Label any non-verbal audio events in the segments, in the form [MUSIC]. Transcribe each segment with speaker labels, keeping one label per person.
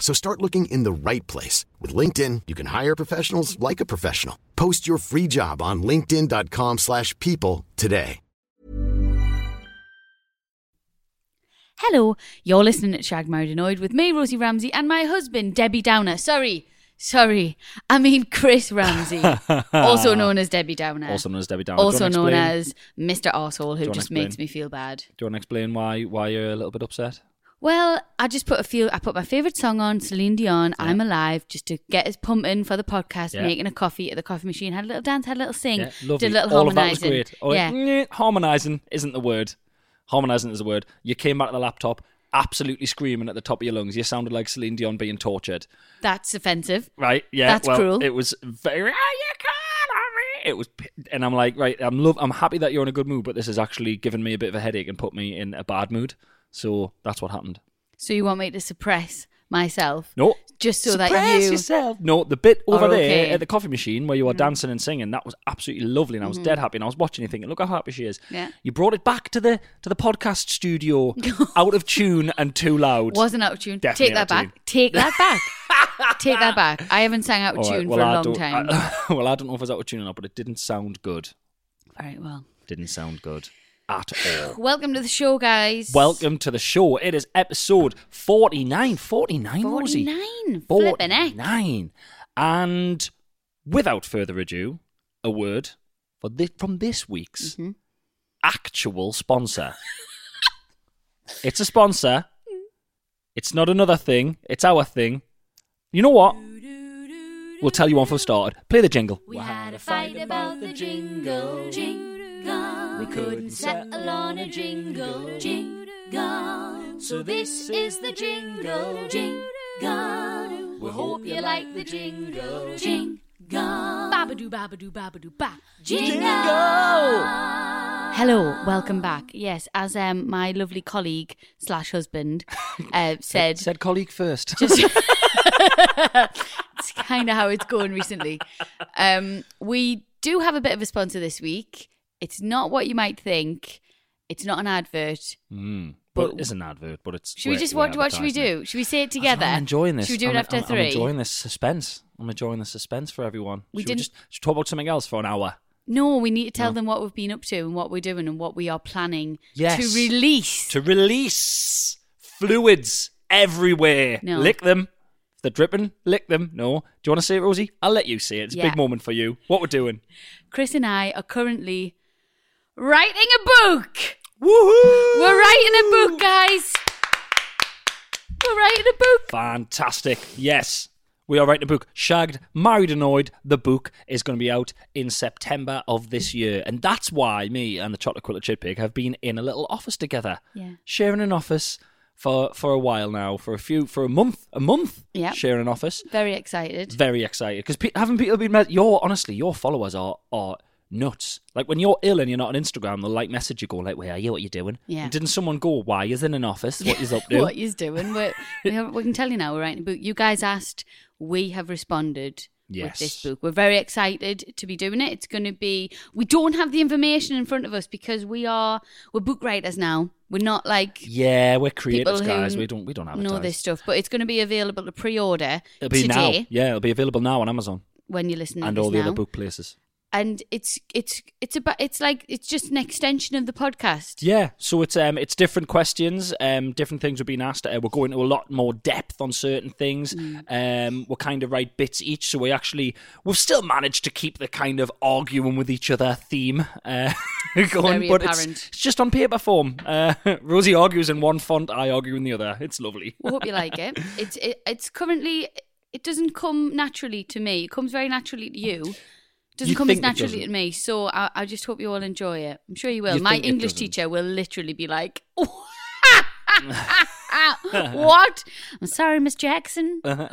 Speaker 1: So start looking in the right place. With LinkedIn, you can hire professionals like a professional. Post your free job on linkedin.com slash people today.
Speaker 2: Hello, you're listening to Shag Married Annoyed with me, Rosie Ramsey, and my husband, Debbie Downer. Sorry, sorry, I mean Chris
Speaker 3: [LAUGHS]
Speaker 2: Ramsey, [LAUGHS] also known as Debbie Downer,
Speaker 3: Ah, Also known as Debbie Downer. Do you
Speaker 2: also
Speaker 3: wanna
Speaker 2: known
Speaker 3: explain-
Speaker 2: as Mr. Arsehole,
Speaker 3: Do
Speaker 2: who
Speaker 3: you wanna
Speaker 2: just
Speaker 3: explain?
Speaker 2: makes me feel bad.
Speaker 3: Do you want to explain why why you're a little bit upset?
Speaker 2: Well, I just put a few. I put my favorite song on, Celine Dion, "I'm Alive," just to get us pumping for the podcast.
Speaker 3: Yeah.
Speaker 2: Making a coffee at the coffee machine, had a little dance, had a little sing,
Speaker 3: Yeah,
Speaker 2: did a
Speaker 3: lovely.
Speaker 2: little
Speaker 3: All of that
Speaker 2: harmonizing.
Speaker 3: was great. Oh, mm. All
Speaker 2: yeah,
Speaker 3: right, harmonizing isn't the word. Harmonizing is the word. You came back to the laptop absolutely screaming at the top of your lungs. You sounded like Celine Dion being tortured.
Speaker 2: that's offensive.
Speaker 3: Right? Yeah.
Speaker 2: That's
Speaker 3: well,
Speaker 2: cruel.
Speaker 3: It was very. "Ah, you can't have It It was, p- and I'm like, right. I'm love. I'm happy that you're in a good mood, but this has actually given me a bit of a headache and put me in a bad mood. So that's what happened.
Speaker 2: So you want me to suppress myself?
Speaker 3: No.
Speaker 2: Just so that
Speaker 3: Surprise
Speaker 2: you-
Speaker 3: yourself. No, the bit over
Speaker 2: Are
Speaker 3: there
Speaker 2: okay. Hmm.
Speaker 3: at the coffee machine where you were dancing and singing, that was absolutely lovely and I was dead happy and I was watching you thinking, look how happy she is.
Speaker 2: Mm-hmm. Yeah.
Speaker 3: You brought it back to the to the
Speaker 2: [LAUGHS]
Speaker 3: podcast studio out of tune and too loud.
Speaker 2: Wasn't out of tune.
Speaker 3: Definitely
Speaker 2: Take that
Speaker 3: out
Speaker 2: back.
Speaker 3: of tune.
Speaker 2: Take
Speaker 3: [LAUGHS]
Speaker 2: that back. Take that back. I haven't sang out of
Speaker 3: All right,
Speaker 2: tune
Speaker 3: well,
Speaker 2: for
Speaker 3: I
Speaker 2: a long
Speaker 3: don't-
Speaker 2: time.
Speaker 3: I- [LAUGHS] well, I don't know if I was out of tune or not, but it didn't sound good.
Speaker 2: All right, well.
Speaker 3: Didn't sound good at all.
Speaker 2: Welcome to the show, guys.
Speaker 3: Welcome to the show. It is episode 49. 49, Rosie.
Speaker 2: 49. Flippin' heck.
Speaker 3: 49. And without further ado, a word for this, from this week's
Speaker 2: Mm-hmm.
Speaker 3: actual sponsor. [LAUGHS] it's a sponsor. It's not another thing. It's our thing. You know what? We'll tell you one for started. Play the jingle.
Speaker 2: We had a fight about the jingle, jingle. We couldn't settle on a jingle, jingle. So this is the jingle, jingle. We hope you like the jingle, jingle. Babadoo, babadoo, babadoo, ba. Jingle. Hello, welcome back. Yes, as um, my lovely colleague slash
Speaker 3: [LAUGHS]
Speaker 2: husband uh, said,
Speaker 3: Said colleague first.
Speaker 2: just it's kind of how it's going recently. Um, we do have a bit of a sponsor this week. It's not what you might think. It's not an advert.
Speaker 3: Mm. But,
Speaker 2: But-
Speaker 3: it is an advert, but it's.
Speaker 2: Should we
Speaker 3: we're-
Speaker 2: just
Speaker 3: we're
Speaker 2: what? What should we
Speaker 3: advertising it.
Speaker 2: do? Should we say it
Speaker 3: That's why
Speaker 2: together?
Speaker 3: I'm enjoying this.
Speaker 2: Should we do
Speaker 3: I'm,
Speaker 2: it after
Speaker 3: I'm,
Speaker 2: 3
Speaker 3: I'm enjoying this suspense. I'm enjoying the suspense for everyone.
Speaker 2: We
Speaker 3: should
Speaker 2: didn't-
Speaker 3: we just should we talk about something else for an hour.
Speaker 2: No, we need to tell them what we've been up to and what we're doing and what we are planning
Speaker 3: Yes.
Speaker 2: to release.
Speaker 3: To release fluids everywhere.
Speaker 2: No.
Speaker 3: Lick them. If they're dripping, lick them. No. Do you want to see it, Rosie? I'll let you see it. It's a
Speaker 2: Yeah.
Speaker 3: big moment for you. What we're doing.
Speaker 2: Chris and I are currently writing a book.
Speaker 3: Woohoo!
Speaker 2: We're writing a book, guys. We're writing a book.
Speaker 3: Fantastic. Yes. We are writing a book, Shagged, Married, Annoyed. The book is going to be out in September of this year. And that's why me and the Chocolate Quilted Chit Pig have been in a little office together.
Speaker 2: Yeah.
Speaker 3: Sharing an office for, for a while now, for a few, for a month, a month
Speaker 2: Yeah.
Speaker 3: sharing an office.
Speaker 2: Very excited.
Speaker 3: Very excited. Because pe- haven't people been, mes- your, honestly, your followers are, are nuts. Like when you're ill and you're not on Instagram, they'll like message you going like, where are you? What you doing?
Speaker 2: Yeah.
Speaker 3: And didn't someone go, why is in an office? What is up
Speaker 2: [LAUGHS]
Speaker 3: to?
Speaker 2: what he's doing. We're, we, have, we can tell you now we're writing a book. You guys asked, we have responded with
Speaker 3: Yes.
Speaker 2: this book. We're very excited to be doing it. It's going to be. We don't have the information in front of us because we are we're book writers now. We're not like
Speaker 3: Yeah, we're
Speaker 2: people
Speaker 3: creatives,
Speaker 2: who
Speaker 3: guys. We don't we don't advertise.
Speaker 2: know this stuff, but it's going to be available to pre-order
Speaker 3: It'll be
Speaker 2: today
Speaker 3: now. Yeah, it'll be available now on Amazon
Speaker 2: when you listen to
Speaker 3: and
Speaker 2: this
Speaker 3: all the
Speaker 2: now.
Speaker 3: other book places.
Speaker 2: and it's it's it's about it's like it's just an extension of the podcast.
Speaker 3: Yeah, so it's um it's different questions, um different things are being asked. Uh, we're going to a lot more depth on certain things.
Speaker 2: Mm.
Speaker 3: Um, we're kind of right bits each, so we actually we've still managed to keep the kind of arguing with each other theme uh, [LAUGHS] going,
Speaker 2: Very
Speaker 3: but it's,
Speaker 2: apparent.
Speaker 3: it's just on paper form. Uh, [LAUGHS] Rosie argues in one font, I argue in the other. It's lovely.
Speaker 2: We hope you like
Speaker 3: [LAUGHS]
Speaker 2: it. It's it, it's currently it doesn't come naturally to me. It comes very naturally to you. Doesn't
Speaker 3: You
Speaker 2: come as
Speaker 3: think it
Speaker 2: naturally
Speaker 3: doesn't.
Speaker 2: to me. So I, I just hope you all enjoy it. I'm sure you will.
Speaker 3: You
Speaker 2: My
Speaker 3: think it
Speaker 2: English
Speaker 3: doesn't.
Speaker 2: teacher will literally be
Speaker 3: [LAUGHS]
Speaker 2: like, [LAUGHS] "What? I'm sorry, Miss
Speaker 3: [LAUGHS]
Speaker 2: Jackson. Ooh,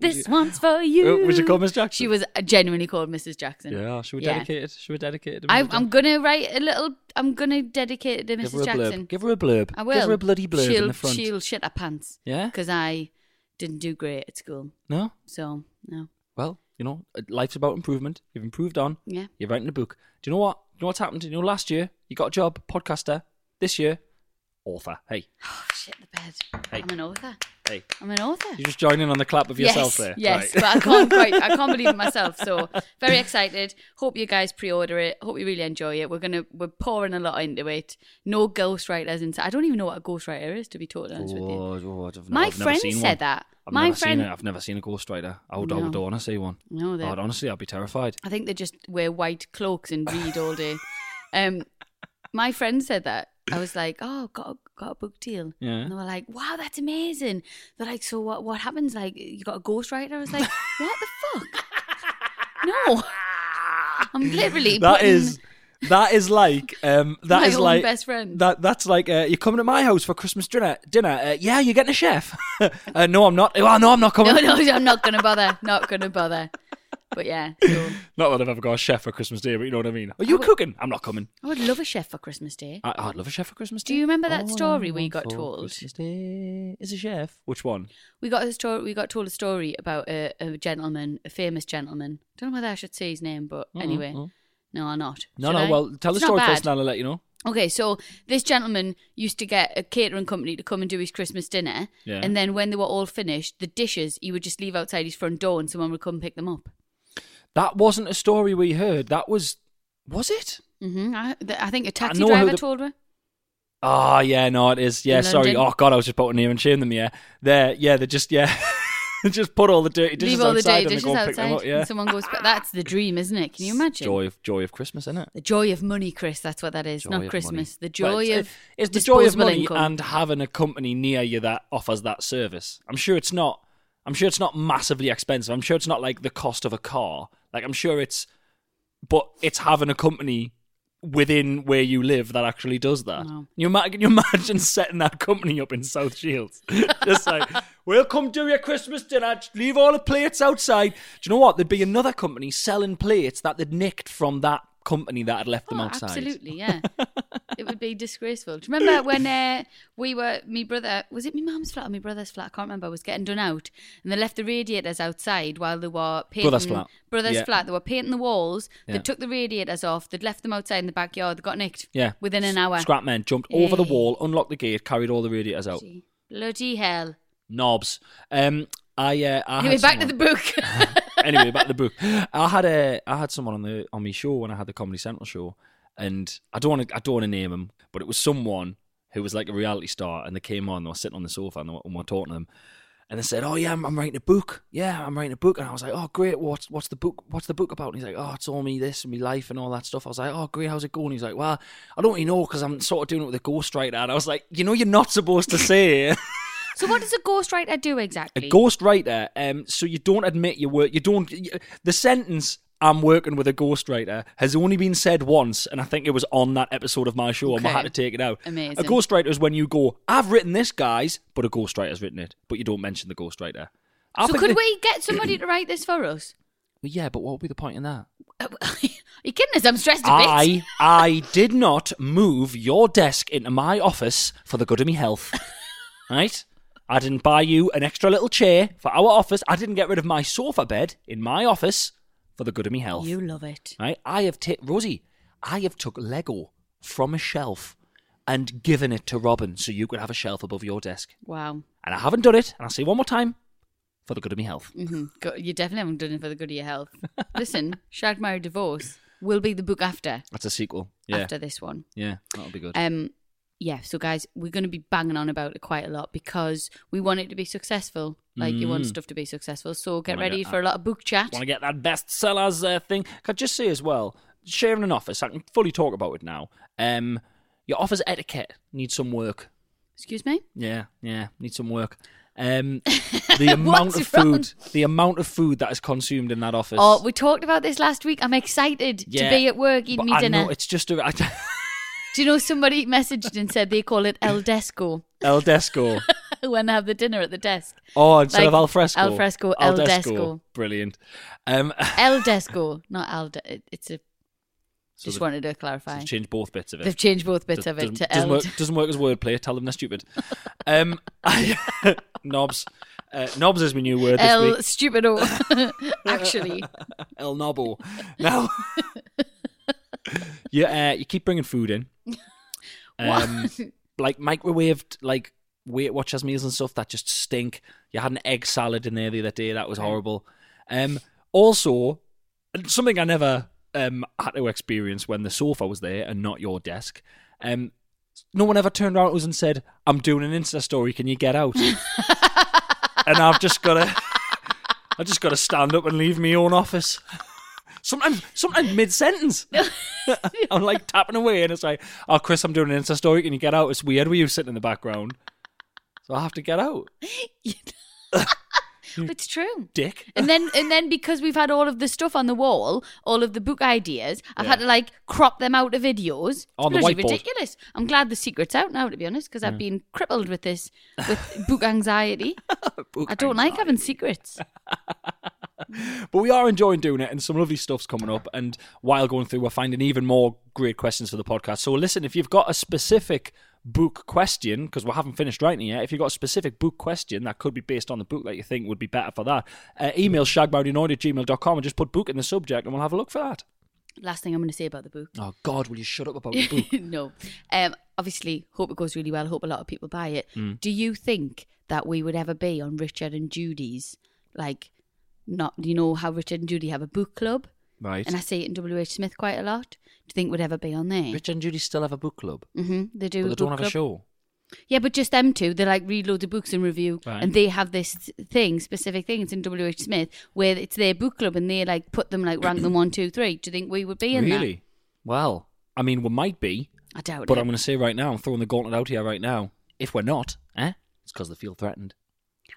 Speaker 2: this one's for you."
Speaker 3: Uh, was she called Miss Jackson?
Speaker 2: She was genuinely called Mrs. Jackson.
Speaker 3: Yeah, should we
Speaker 2: Yeah.
Speaker 3: dedicate it? Should we dedicate it? to
Speaker 2: I,
Speaker 3: Mrs.
Speaker 2: I'm gonna write a little. I'm gonna dedicate it to
Speaker 3: Give
Speaker 2: Mrs.
Speaker 3: her a
Speaker 2: Jackson.
Speaker 3: blurb. Give her a blurb.
Speaker 2: I will.
Speaker 3: Give her a bloody blurb
Speaker 2: she'll,
Speaker 3: in the front.
Speaker 2: She'll shit her pants.
Speaker 3: Yeah?
Speaker 2: Because I didn't do great at school.
Speaker 3: No?
Speaker 2: So, no.
Speaker 3: Well, you know, life's about improvement. You've improved on.
Speaker 2: Yeah.
Speaker 3: You're writing a book. Do you know what? You know what's happened? You know, last year you got a job, podcaster. This year, author. Hey,
Speaker 2: Oh, shit the bed.
Speaker 3: Hey.
Speaker 2: I'm an author.
Speaker 3: hey.
Speaker 2: I'm an author.
Speaker 3: You're just joining on the clap of
Speaker 2: yes,
Speaker 3: yourself there.
Speaker 2: Yes,
Speaker 3: Right.
Speaker 2: but I
Speaker 3: [LAUGHS]
Speaker 2: can't quite. I can't believe it myself. So very excited. Hope you guys pre-order it. Hope you really enjoy it. We're gonna we're pouring a lot into it. No ghostwriters inside. I don't even know what a ghostwriter is to be totally honest with you.
Speaker 3: Oh, oh, I've-
Speaker 2: My
Speaker 3: I've never
Speaker 2: friend
Speaker 3: seen
Speaker 2: said
Speaker 3: one.
Speaker 2: that.
Speaker 3: I've
Speaker 2: My
Speaker 3: never
Speaker 2: friend.
Speaker 3: seen it. I've Oh, never seen a ghostwriter. I would, I would
Speaker 2: No.
Speaker 3: want to see one.
Speaker 2: No, they're
Speaker 3: I'd honestly, I'd be terrified.
Speaker 2: I think they just wear white cloaks and read all day. Um, my friend said that. I was like, "Oh, got a, got a book deal,"
Speaker 3: Yeah.
Speaker 2: and they were like, "Wow, that's amazing." They're like, "So what? What happens? Like, you got a ghostwriter?" I was
Speaker 3: [LAUGHS]
Speaker 2: like, "What the fuck? No, I'm literally
Speaker 3: [LAUGHS] That
Speaker 2: putting
Speaker 3: is, that is like,
Speaker 2: [LAUGHS]
Speaker 3: um, that
Speaker 2: My
Speaker 3: is
Speaker 2: own
Speaker 3: like
Speaker 2: best friend.
Speaker 3: That that's like, uh, you're coming to my house for Christmas dinner. Dinner, uh, yeah, you're getting a chef. [LAUGHS] uh, no, I'm not. Oh, no,
Speaker 2: [LAUGHS]
Speaker 3: I'm not
Speaker 2: no,
Speaker 3: coming.
Speaker 2: no. I'm not gonna bother. Not gonna bother." But yeah, so
Speaker 3: Not that I've ever got a chef for Christmas Day, but you know what I mean. Are you cooking? I'm not coming.
Speaker 2: I would love a chef for Christmas Day.
Speaker 3: I, I'd love a chef for Christmas Day.
Speaker 2: Do you remember that
Speaker 3: All
Speaker 2: story
Speaker 3: I
Speaker 2: we
Speaker 3: want
Speaker 2: got
Speaker 3: for
Speaker 2: told?
Speaker 3: Christmas Day is a chef. Which one?
Speaker 2: We got a story. We got told a story about a, a gentleman, a famous gentleman. Don't know whether I should say his name, but
Speaker 3: Oh,
Speaker 2: Mm-hmm. anyway,
Speaker 3: Mm-hmm.
Speaker 2: no, I'll not.
Speaker 3: No,
Speaker 2: Should
Speaker 3: no.
Speaker 2: I?
Speaker 3: Well, tell
Speaker 2: It's not
Speaker 3: the story
Speaker 2: bad.
Speaker 3: first, and I'll let you know.
Speaker 2: Okay, so this gentleman used to get a catering company to come and do his Christmas dinner,
Speaker 3: Yeah.
Speaker 2: and then when they were all finished, the dishes he would just leave outside his front door, and someone would come pick them up.
Speaker 3: That wasn't a story we heard. That was, was it?
Speaker 2: hmm I, th- I think a taxi
Speaker 3: know who
Speaker 2: driver
Speaker 3: the-
Speaker 2: told her.
Speaker 3: Oh, yeah, no, it is. Yeah,
Speaker 2: In
Speaker 3: sorry.
Speaker 2: London?
Speaker 3: Oh God, I was just putting name and shame them. Yeah, there. Yeah, they just yeah, [LAUGHS] they just put all the dirty dishes
Speaker 2: leave all the dirty
Speaker 3: outside and
Speaker 2: dishes
Speaker 3: they go and
Speaker 2: outside,
Speaker 3: pick them up. Yeah,
Speaker 2: and someone goes. But that's the dream, isn't it? [LAUGHS] Can you imagine?
Speaker 3: Joy of joy of Christmas, isn't it?
Speaker 2: The joy of money, Chris. That's what that is.
Speaker 3: Joy
Speaker 2: Not
Speaker 3: of
Speaker 2: Christmas.
Speaker 3: money.
Speaker 2: The
Speaker 3: Well,
Speaker 2: joy
Speaker 3: it's-
Speaker 2: of
Speaker 3: it's the joy of
Speaker 2: disposable
Speaker 3: money
Speaker 2: income.
Speaker 3: and having a company near you that offers that service. I'm sure it's not. I'm sure it's not massively expensive. I'm sure it's not like the cost of a car. Like I'm sure it's, but it's having a company within where you live that actually does that.
Speaker 2: No.
Speaker 3: You ima- can you imagine [LAUGHS] setting that company up in South Shields? [LAUGHS] Just like, we'll come do your Christmas dinner, just leave all the plates outside. Do you know what? There'd be another company selling plates that they'd nicked from that company that had left them
Speaker 2: Oh,
Speaker 3: outside. [LAUGHS]
Speaker 2: Absolutely, yeah. it would be disgraceful. Do you remember when uh, we were, me brother, was it my mum's flat or my brother's flat? I can't remember. Was getting done out, and they left the radiators outside while they were painting.
Speaker 3: Brother's flat.
Speaker 2: Brother's
Speaker 3: Yeah.
Speaker 2: flat. They were painting the walls. They
Speaker 3: Yeah.
Speaker 2: took the radiators off. They'd left them outside in the backyard. They got nicked.
Speaker 3: Yeah.
Speaker 2: Within an hour.
Speaker 3: Scrap men jumped over the
Speaker 2: Hey.
Speaker 3: wall, unlocked the gate, carried all the radiators out.
Speaker 2: Bloody- Bloody hell.
Speaker 3: Knobs. Um, I, uh, I
Speaker 2: Anyway,
Speaker 3: had
Speaker 2: back to the
Speaker 3: someone-
Speaker 2: book.
Speaker 3: [LAUGHS] anyway, back to the book. I had a I had someone on the on my show when I had the Comedy Central show, and I don't want to I don't want to name him, but it was someone who was like a reality star, and they came on, they were sitting on the sofa, and, they were, and we we're talking to them, and they said, "Oh yeah, I'm, I'm writing a book. Yeah, I'm writing a book." And I was like, "Oh great, what's what's the book? What's the book about?" And he's like, "Oh, it's all me this and me life and all that stuff." I was like, "Oh great, how's it going?" He's like, "Well, I don't really know because I'm sort of doing it with a ghostwriter." And I was like, "You know, you're not supposed to say."
Speaker 2: so, what does a ghostwriter do exactly?
Speaker 3: A ghostwriter. Um, so you don't admit your work. You don't. y the sentence "I'm working with a ghostwriter" has only been said once, and I think it was on that episode of my show, and we
Speaker 2: Okay.
Speaker 3: had to take it out.
Speaker 2: Amazing.
Speaker 3: A ghostwriter is when you go, "I've written this, guys," but a ghostwriter's written it, but you don't mention the ghostwriter. I
Speaker 2: so,
Speaker 3: think
Speaker 2: could
Speaker 3: that-
Speaker 2: we get somebody to write this for us? [LAUGHS]
Speaker 3: Well, yeah, but what would be the point in that?
Speaker 2: Are you kidding us? I'm stressed a bit.
Speaker 3: I I did not move your desk into my office for the good of me
Speaker 2: [LAUGHS]
Speaker 3: health. right? I didn't buy you an extra little chair for our office. I didn't get rid of my sofa bed in my office for the good of me health.
Speaker 2: You love it.
Speaker 3: Right? I have ta- Rosie, I have took Lego from a shelf and given it to Robin so you could have a shelf above your desk.
Speaker 2: Wow.
Speaker 3: And I haven't done it, and I'll say one more time. for the good of my health.
Speaker 2: Mhm. Go- You definitely haven't done it for the good of your health. [LAUGHS] Listen, Shag Marry Divorce will be the book after
Speaker 3: That's a sequel. Yeah.
Speaker 2: after this one.
Speaker 3: Yeah. That'll be good.
Speaker 2: Um, yeah. So guys, we're going to be banging on about it quite a lot because we want it to be successful. Like you want
Speaker 3: Mm.
Speaker 2: stuff to be successful. So get
Speaker 3: Wanna
Speaker 2: ready
Speaker 3: get-
Speaker 2: for a lot of book chat.
Speaker 3: Want to get that bestsellers uh, thing? Could I just say as well, sharing an office. I can fully talk about it now. Um, your office etiquette needs some work.
Speaker 2: Excuse me.
Speaker 3: Yeah, yeah, needs some work. Um,
Speaker 2: [LAUGHS]
Speaker 3: the amount of
Speaker 2: What's
Speaker 3: food,
Speaker 2: wrong?
Speaker 3: the amount of food that is consumed in that office.
Speaker 2: Oh, we talked about this last week. I'm excited
Speaker 3: Yeah,
Speaker 2: to be at work eating
Speaker 3: But
Speaker 2: me
Speaker 3: I
Speaker 2: dinner.
Speaker 3: know it's just a [LAUGHS] I-
Speaker 2: Do you know somebody messaged and said they call it El Desco [LAUGHS]
Speaker 3: El Desco.
Speaker 2: when they have the dinner at the desk?
Speaker 3: Oh, instead
Speaker 2: Like
Speaker 3: of al fresco.
Speaker 2: al fresco, el desco.
Speaker 3: Brilliant. Um, [LAUGHS]
Speaker 2: El Desco, not El. De- it- it's a.
Speaker 3: so
Speaker 2: just
Speaker 3: they-
Speaker 2: wanted to clarify.
Speaker 3: so change both bits of it.
Speaker 2: They've changed both bits
Speaker 3: Does-
Speaker 2: of it
Speaker 3: doesn't,
Speaker 2: to
Speaker 3: doesn't
Speaker 2: El. [LAUGHS]
Speaker 3: work, doesn't work as wordplay. Tell them they're stupid. Um, [LAUGHS] I, knobs. Uh, knobs is my new word this
Speaker 2: El
Speaker 3: week. [LAUGHS]
Speaker 2: Stupido. Actually,
Speaker 3: El Nobbo. Now, [LAUGHS] you, uh, you keep bringing food in. Um, like microwaved, like Weight Watchers meals and stuff that just stink. You had an egg salad in there the other day. That was horrible. Um, also, something I never um, had to experience when the sofa was there and not your desk. Um, no one ever turned around to us and said, I'm doing an Insta story. Can you get out? and I've just got [LAUGHS] to. I just got to stand up and leave my own office. Sometimes, sometimes mid
Speaker 2: [LAUGHS]
Speaker 3: sentence, [LAUGHS] I'm like tapping away, and it's like, "Oh, Chris, I'm doing an Insta story. Can you get out? It's weird with you sitting in the background, so I have to get out,
Speaker 2: it's true.
Speaker 3: dick."
Speaker 2: And then, and then, because we've had all of the stuff on the wall, all of the book ideas, I've
Speaker 3: Yeah.
Speaker 2: had to like crop them out of videos. It's
Speaker 3: On the
Speaker 2: bloody
Speaker 3: whiteboard.
Speaker 2: ridiculous. I'm glad the secret's out now, to be honest, because I've been crippled with this, with book
Speaker 3: [LAUGHS]
Speaker 2: anxiety. I don't like having secrets.
Speaker 3: But we are enjoying doing it, and some lovely stuff's coming up. And while going through, we're finding even more great questions for the podcast. So, listen, if you've got a specific book question, because we haven't finished writing yet, if you've got a specific book question that could be based on the book that you think would be better for that, uh, email shagmarinoid at gmail.com and just put book in the subject, and we'll have a look for that.
Speaker 2: Last thing I'm going to say about the book.
Speaker 3: Oh, God, will you shut up
Speaker 2: [LAUGHS]
Speaker 3: about the book?
Speaker 2: no. Um, obviously, hope it goes really well. Hope a lot of people buy it.
Speaker 3: Mm.
Speaker 2: Do you think that we would ever be on Richard and Judy's? Like, not you know how Richard and Judy have a book club,
Speaker 3: right.
Speaker 2: and I see it in W. H. Smith quite a lot. Do you think we'd ever be on there?
Speaker 3: Rich and Judy still have a book club,
Speaker 2: hmm They do.
Speaker 3: but
Speaker 2: a
Speaker 3: they
Speaker 2: book
Speaker 3: don't have a
Speaker 2: club.
Speaker 3: show.
Speaker 2: Yeah, but just them two. They like read loads of books and review,
Speaker 3: Right.
Speaker 2: and they have this thing, specific thing. It's in W. H. Smith where it's their book club, and they like put them like
Speaker 3: [CLEARS THROAT]
Speaker 2: rank them one, two, three. Do you think we would be in
Speaker 3: Really? Well, I mean, we might be,
Speaker 2: that? I doubt
Speaker 3: But
Speaker 2: it.
Speaker 3: I'm going to say right now, I'm throwing the gauntlet out here right now. If we're not, eh? It's because they feel threatened.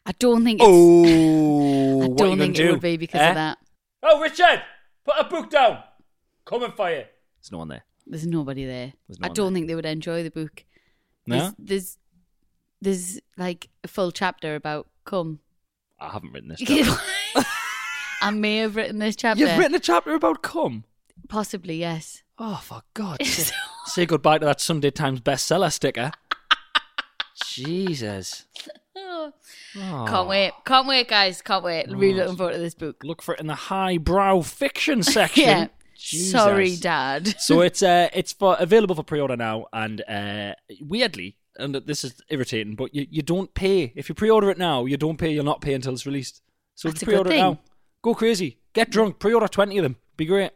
Speaker 2: I don't think. It's,
Speaker 3: Oh,
Speaker 2: [LAUGHS] I
Speaker 3: what are you
Speaker 2: don't
Speaker 3: gonna
Speaker 2: think
Speaker 3: do?
Speaker 2: it would be because
Speaker 3: Eh?
Speaker 2: of that.
Speaker 3: Oh, Richard, put a book down. Come and fire. There's no one there.
Speaker 2: There's nobody there.
Speaker 3: There's no
Speaker 2: I
Speaker 3: one
Speaker 2: don't think they would enjoy the book.
Speaker 3: No,
Speaker 2: There's, there's there's like a full chapter about
Speaker 3: [LAUGHS]
Speaker 2: cum.
Speaker 3: I haven't
Speaker 2: [LAUGHS]
Speaker 3: written this. chapter.
Speaker 2: I may have written this chapter.
Speaker 3: You've written a chapter about cum.
Speaker 2: Possibly, yes.
Speaker 3: Oh, for God! say, say goodbye to that Sunday Times bestseller sticker. [LAUGHS] Jesus.
Speaker 2: Oh.
Speaker 3: Oh.
Speaker 2: Can't wait. Can't wait, guys. Can't wait. Really looking forward to this book.
Speaker 3: Look for it in the highbrow fiction section.
Speaker 2: [LAUGHS] Yeah.
Speaker 3: Jesus.
Speaker 2: Sorry, Dad.
Speaker 3: so it's uh, it's for available for pre-order now, and uh, weirdly, and this is irritating, but you, you don't pay if you pre-order it now. You don't pay. You'll not pay until it's released. So
Speaker 2: That's
Speaker 3: just
Speaker 2: a good
Speaker 3: pre-order it
Speaker 2: thing.
Speaker 3: now. Go crazy. Get drunk. Pre-order twenty of them. Be great.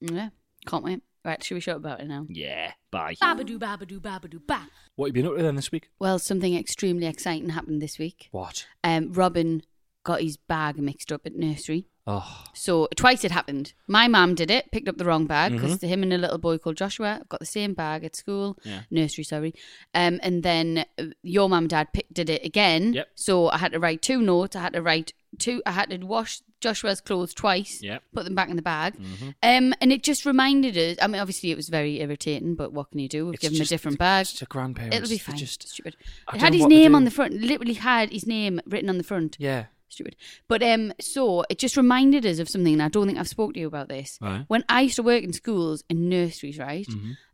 Speaker 2: Yeah. Can't wait. Right, should we shout about it now?
Speaker 3: Yeah. Bye.
Speaker 4: Babadoo, babadoo, babadoo, ba.
Speaker 3: What have you been up to then this week?
Speaker 2: Well, something extremely exciting happened this week.
Speaker 3: What?
Speaker 2: Um, Robin got his bag mixed up at nursery.
Speaker 3: Oh,
Speaker 2: So twice it happened. My mum did it, picked up the wrong bag because him and a little boy called Joshua have got the same bag at school,
Speaker 3: Mm-hmm. Yeah.
Speaker 2: nursery, sorry. Um, and then uh, your mum and dad picked, did it again.
Speaker 3: Yep.
Speaker 2: So I had to write two notes. I had to write two. I had to wash Joshua's clothes twice.
Speaker 3: Yep. Mm-hmm.
Speaker 2: Put them back in the bag. Um, and it just reminded us. I mean, obviously it was very irritating, but what can you do? We've
Speaker 3: It's
Speaker 2: given him a
Speaker 3: just-
Speaker 2: different bag.
Speaker 3: it's a grandparents.
Speaker 2: It'll be
Speaker 3: They
Speaker 2: fine.
Speaker 3: just-
Speaker 2: Stupid. It
Speaker 3: I don't
Speaker 2: had
Speaker 3: know
Speaker 2: his
Speaker 3: what they
Speaker 2: name
Speaker 3: do.
Speaker 2: on the front. Literally had his name written on the front
Speaker 3: yeah.
Speaker 2: stupid. But um, so it just reminded us of something, and I don't think I've spoke to you about this.
Speaker 3: Right. Mm-hmm.
Speaker 2: When I used to work in schools and nurseries, right,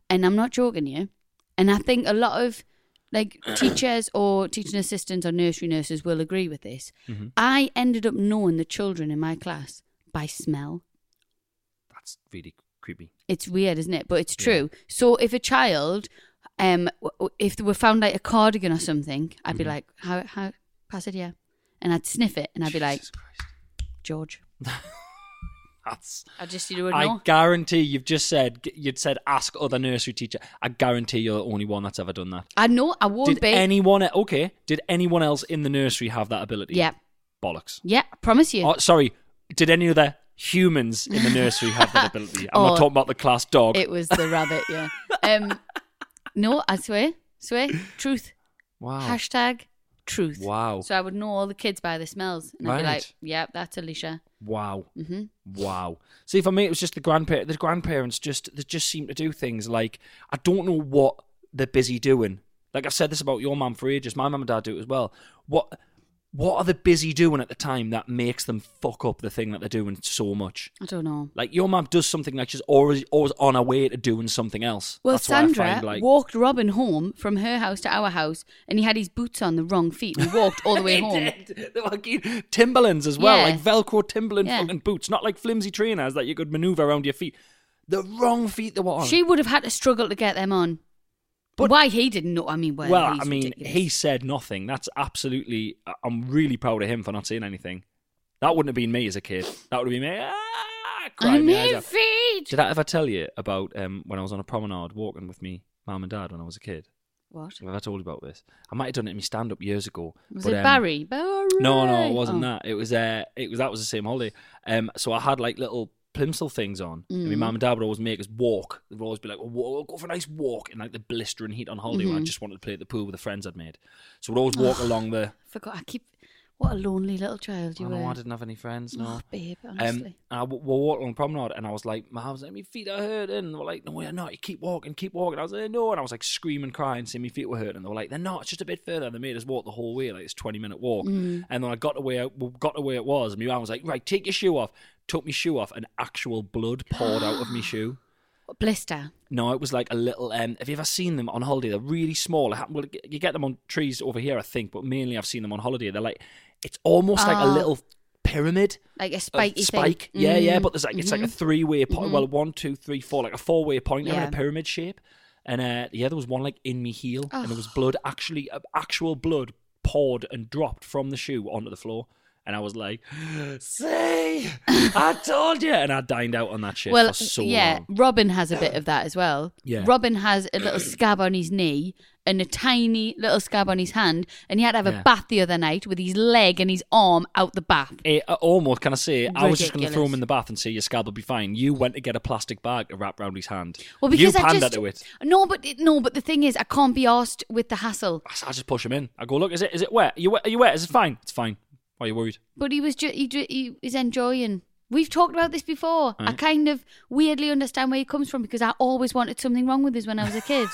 Speaker 2: and I'm not joking you, and I think a lot of like [COUGHS] teachers or teaching assistants or nursery nurses will agree with this.
Speaker 3: Mm-hmm.
Speaker 2: I ended up knowing the children in my class by smell.
Speaker 3: That's really creepy.
Speaker 2: It's weird, isn't it? But it's true. So if a child,
Speaker 3: Mm-hmm.
Speaker 2: um, w- w- if they were found like a cardigan or something, I'd be like, how how pass it here. and I'd sniff it and I'd be like,
Speaker 3: Jesus Christ.
Speaker 2: George.
Speaker 3: That's.
Speaker 2: I just you don't
Speaker 3: I
Speaker 2: know.
Speaker 3: guarantee you've just said you'd said ask other nursery teacher. I guarantee you're the only one that's ever done that.
Speaker 2: I, know I won't
Speaker 3: Did
Speaker 2: be.
Speaker 3: anyone e, okay? Did anyone else in the nursery have that ability?
Speaker 2: yeah,
Speaker 3: Bollocks.
Speaker 2: yeah. I promise you.
Speaker 3: Oh, sorry. Did any other humans in the nursery have
Speaker 2: [LAUGHS]
Speaker 3: that ability? I'm
Speaker 2: Oh.
Speaker 3: not talking about the class dog.
Speaker 2: It was the rabbit.
Speaker 3: [LAUGHS]
Speaker 2: Yeah. Um. No, I swear, swear, truth.
Speaker 3: wow.
Speaker 2: Hashtag truth.
Speaker 3: Oh. Wow.
Speaker 2: So I would know all the kids by the smells, and I'd be
Speaker 3: Right.
Speaker 2: like, "Yeah, that's Alicia."
Speaker 3: Wow.
Speaker 2: Mhm.
Speaker 3: Wow. See, for me, it was just the grandpa. The grandparents just they just seem to do things like I don't know what they're busy doing. Like I've said this about your mum for ages. My mum and dad do it as well. What What are they busy doing at the time that makes them fuck up the thing that they're doing so much?
Speaker 2: I don't know.
Speaker 3: Like your mum does something like she's always always on her way to doing something else.
Speaker 2: Well,
Speaker 3: That's
Speaker 2: Sandra
Speaker 3: why I find, like,
Speaker 2: walked Robin home from her house to our house, and he had his boots on the wrong feet. and He walked all the way
Speaker 3: [LAUGHS] He
Speaker 2: home.
Speaker 3: did. They were like Timberlands as well,
Speaker 2: Yeah.
Speaker 3: like Velcro Timberland
Speaker 2: Yeah.
Speaker 3: fucking boots, not like flimsy trainers that you could maneuver around your feet. The wrong feet they were on.
Speaker 2: She would have had to struggle to get them on. But why he didn't know? I mean, well,
Speaker 3: well, I
Speaker 2: he's
Speaker 3: mean,
Speaker 2: ridiculous.
Speaker 3: he said nothing. That's absolutely. I- I'm really proud of him for not saying anything. That wouldn't have been me as a kid. That would have been me. Ah,
Speaker 2: I'm
Speaker 3: crying my eyes
Speaker 2: in
Speaker 3: out.
Speaker 2: feet.
Speaker 3: Did I ever tell you about um, when I was on a promenade walking with me mum and dad when I was a kid?
Speaker 2: What
Speaker 3: Have I told you about this? I might have done it in my stand up years ago.
Speaker 2: was
Speaker 3: but,
Speaker 2: it,
Speaker 3: um,
Speaker 2: Barry? Barry?
Speaker 3: No, no, it wasn't
Speaker 2: Oh.
Speaker 3: that. It was uh, it was that was the same holiday. Um, so I had like little plimsoll things on. And my mum and dad would always make us walk. They'd always be like, "Well, go for a nice walk in like the blistering heat on holiday." When I just wanted to play at the pool with the friends I'd made. So we'd always walk along the.
Speaker 2: Forgot. I keep. What a lonely little child you
Speaker 3: I
Speaker 2: were.
Speaker 3: know I didn't have any friends. No.
Speaker 2: Oh, babe,
Speaker 3: Um,
Speaker 2: honestly.
Speaker 3: and I w- we're walking on the promenade, and I was like, "My arms, like, my feet are hurting." And they were like, "No, they're not. You keep walking, keep walking." I was like, "No," and I was like screaming, crying, saying my feet were hurting. And they were like, "They're not. It's just a bit further." And they made us walk the whole way, like it's twenty minute walk. And then I got to where we got to where it was, and my mum was like, "Right, take your shoe off." Took my shoe off, and actual blood poured out of my shoe.
Speaker 2: Blister.
Speaker 3: No, it was like a little. Um, have you ever seen them on holiday? They're really small. I ha- Well, you get them on trees over here, I think, but mainly I've seen them on holiday. They're like, it's almost like a
Speaker 2: Oh.
Speaker 3: little pyramid
Speaker 2: Like a
Speaker 3: a
Speaker 2: spiky
Speaker 3: spike.
Speaker 2: Thing.
Speaker 3: Yeah, yeah,
Speaker 2: Mm.
Speaker 3: but there's like it's like a three way point. Well, one, two, three, four, like a four way point in
Speaker 2: Mm-hmm. Yeah.
Speaker 3: a pyramid shape. And uh, yeah, there was one like in me heel, and there was blood actually, uh, actual blood poured and dropped from the shoe onto the floor. And I was like, [GASPS] "See, I
Speaker 2: [LAUGHS]
Speaker 3: told you!" And I dined out on that shit
Speaker 2: well,
Speaker 3: for so
Speaker 2: yeah.
Speaker 3: long.
Speaker 2: Robin has a bit of that as well.
Speaker 3: Yeah.
Speaker 2: Robin has a
Speaker 3: [CLEARS THROAT]
Speaker 2: little scab on his knee and a tiny little scab on his hand, and he had to have
Speaker 3: Yeah.
Speaker 2: a bath the other night with his leg and his arm out the bath.
Speaker 3: It, uh, almost, can I say? I was just going to throw
Speaker 2: Ridiculous.
Speaker 3: him in the bath and say your scalp will be fine. You went to get a plastic bag to wrap round his hand.
Speaker 2: Well, because
Speaker 3: you
Speaker 2: I
Speaker 3: pandered
Speaker 2: just
Speaker 3: to it.
Speaker 2: no, but it, no, but the thing is, I can't be asked with the hassle.
Speaker 3: I, s- I just push him in. I go, "Look, is it is it wet? Are you wet? Are you wet? Is it fine? It's fine. Why are you worried?"
Speaker 2: But he was just he, ju- he is enjoying. We've talked about this before. I kind of weirdly understand where he comes from because I always wanted something wrong with us when I was a
Speaker 3: [LAUGHS]
Speaker 2: kid.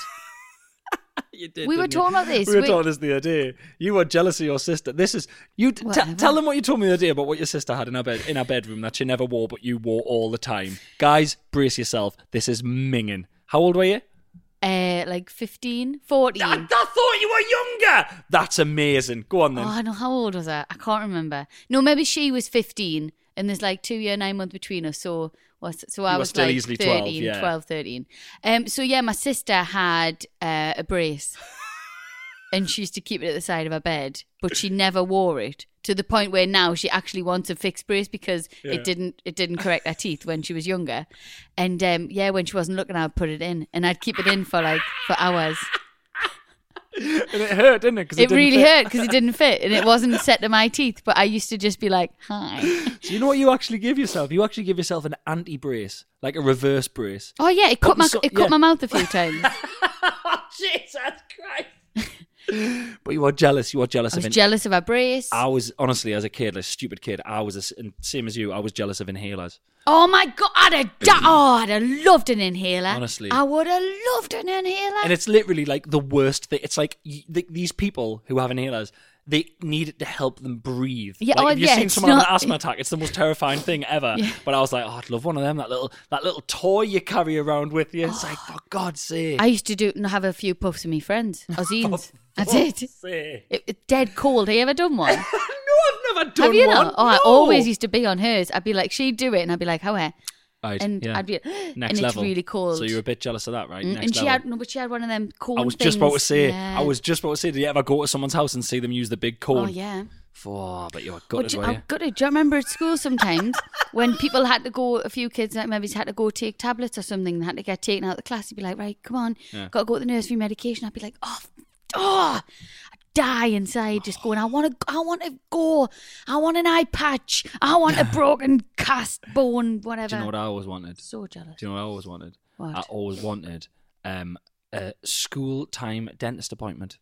Speaker 3: You did,
Speaker 2: We were
Speaker 3: didn't you?
Speaker 2: talking about this.
Speaker 3: [LAUGHS] We were
Speaker 2: We-
Speaker 3: talking about this the other day. You were jealous of your sister. This is you. T-
Speaker 2: Whatever.
Speaker 3: tell them what you told me the other day about what your sister had in her bed in her bedroom that she never wore, but you wore all the time. Guys, brace yourself. This is minging. How old were you?
Speaker 2: uh, like 15, 14.
Speaker 3: I, I thought you were younger. That's amazing. Go on then.
Speaker 2: Oh, I know. How old was I? I can't remember. No, maybe she was 15 and there's like two year, nine month between us. So, what's, so I
Speaker 3: were
Speaker 2: was
Speaker 3: still
Speaker 2: like
Speaker 3: easily
Speaker 2: 13,
Speaker 3: 12, yeah.
Speaker 2: 12, 13. Um, so, yeah, my sister had uh, a brace
Speaker 3: [LAUGHS]
Speaker 2: and she used to keep it at the side of her bed, but she never wore it to the point where now she actually wants a fixed brace because
Speaker 3: Yeah.
Speaker 2: it didn't it didn't correct her teeth when she was younger. And um, yeah, when she wasn't looking, I'd put it in and I'd keep it in for like for hours
Speaker 3: and it hurt, didn't it? 'Cause
Speaker 2: it
Speaker 3: didn't
Speaker 2: really
Speaker 3: fit.
Speaker 2: hurt because it didn't fit and it
Speaker 3: [LAUGHS]
Speaker 2: wasn't set to my teeth but i used to just be like hi
Speaker 3: Do you know what you actually give yourself? You actually give yourself an anti brace, like a reverse brace.
Speaker 2: oh yeah it
Speaker 3: But
Speaker 2: cut my
Speaker 3: so-
Speaker 2: it cut
Speaker 3: yeah.
Speaker 2: my mouth a few
Speaker 3: [LAUGHS]
Speaker 2: times
Speaker 3: Jesus Christ! [LAUGHS] but you are jealous. You are jealous
Speaker 2: i
Speaker 3: of
Speaker 2: was
Speaker 3: an
Speaker 2: jealous of her brace
Speaker 3: I was honestly, as a kid, like stupid kid, I was a s and same as you. I was jealous of inhalers.
Speaker 2: oh my god i'd have di- oh i'd have loved an inhaler
Speaker 3: Honestly.
Speaker 2: i would have loved an inhaler
Speaker 3: And it's literally like the worst thing. It's like y- th- these people who have inhalers, they need it to help them breathe.
Speaker 2: Yeah,
Speaker 3: like,
Speaker 2: oh,
Speaker 3: if you've
Speaker 2: yeah,
Speaker 3: seen
Speaker 2: it's
Speaker 3: someone with an
Speaker 2: not-
Speaker 3: asthma attack, it's the most terrifying thing ever. But I was like, oh, I'd love one of them. That little, that little toy you carry around with you. It's like,
Speaker 2: [GASPS]
Speaker 3: for God's sake,
Speaker 2: i used to do and have a few puffs with my friends
Speaker 3: [LAUGHS]
Speaker 2: Aussies. i
Speaker 3: God's
Speaker 2: did
Speaker 3: sake. [LAUGHS]
Speaker 2: it, it- dead cold have you ever done one
Speaker 3: No, I've never done
Speaker 2: have you
Speaker 3: one.
Speaker 2: not oh i
Speaker 3: No.
Speaker 2: always used to be on hers i'd be like she'd do it and i'd be like how eh?
Speaker 3: Right,
Speaker 2: and
Speaker 3: yeah.
Speaker 2: i'd be [GASPS]
Speaker 3: next
Speaker 2: and
Speaker 3: level.
Speaker 2: it's really cold
Speaker 3: So you're a bit jealous of that, right?
Speaker 2: Mm,
Speaker 3: Next
Speaker 2: and she
Speaker 3: level.
Speaker 2: had no, but she had one of them corn
Speaker 3: I was
Speaker 2: things.
Speaker 3: just about to say.
Speaker 2: Yeah.
Speaker 3: I was just about to say. Did you ever go to someone's house and see them use the big corn?
Speaker 2: Oh yeah.
Speaker 3: For, but you're
Speaker 2: Oh,
Speaker 3: good,
Speaker 2: do,
Speaker 3: were you?
Speaker 2: I've got it. Do you remember at school sometimes [LAUGHS] when people had to go, a few kids like maybe had to go take tablets or something, they had to get taken out of the class. You'd be like, right, come on, got to go to the nursery medication. I'd be like, oh, f- oh, I'd die inside just going, I want to, I want to go, I want an eye patch, I
Speaker 3: [LAUGHS]
Speaker 2: want a broken cast bone, whatever.
Speaker 3: Do you know what I always wanted?
Speaker 2: so jealous.
Speaker 3: Do you know what I always wanted?
Speaker 2: What?
Speaker 3: I always wanted um, a school time dentist appointment.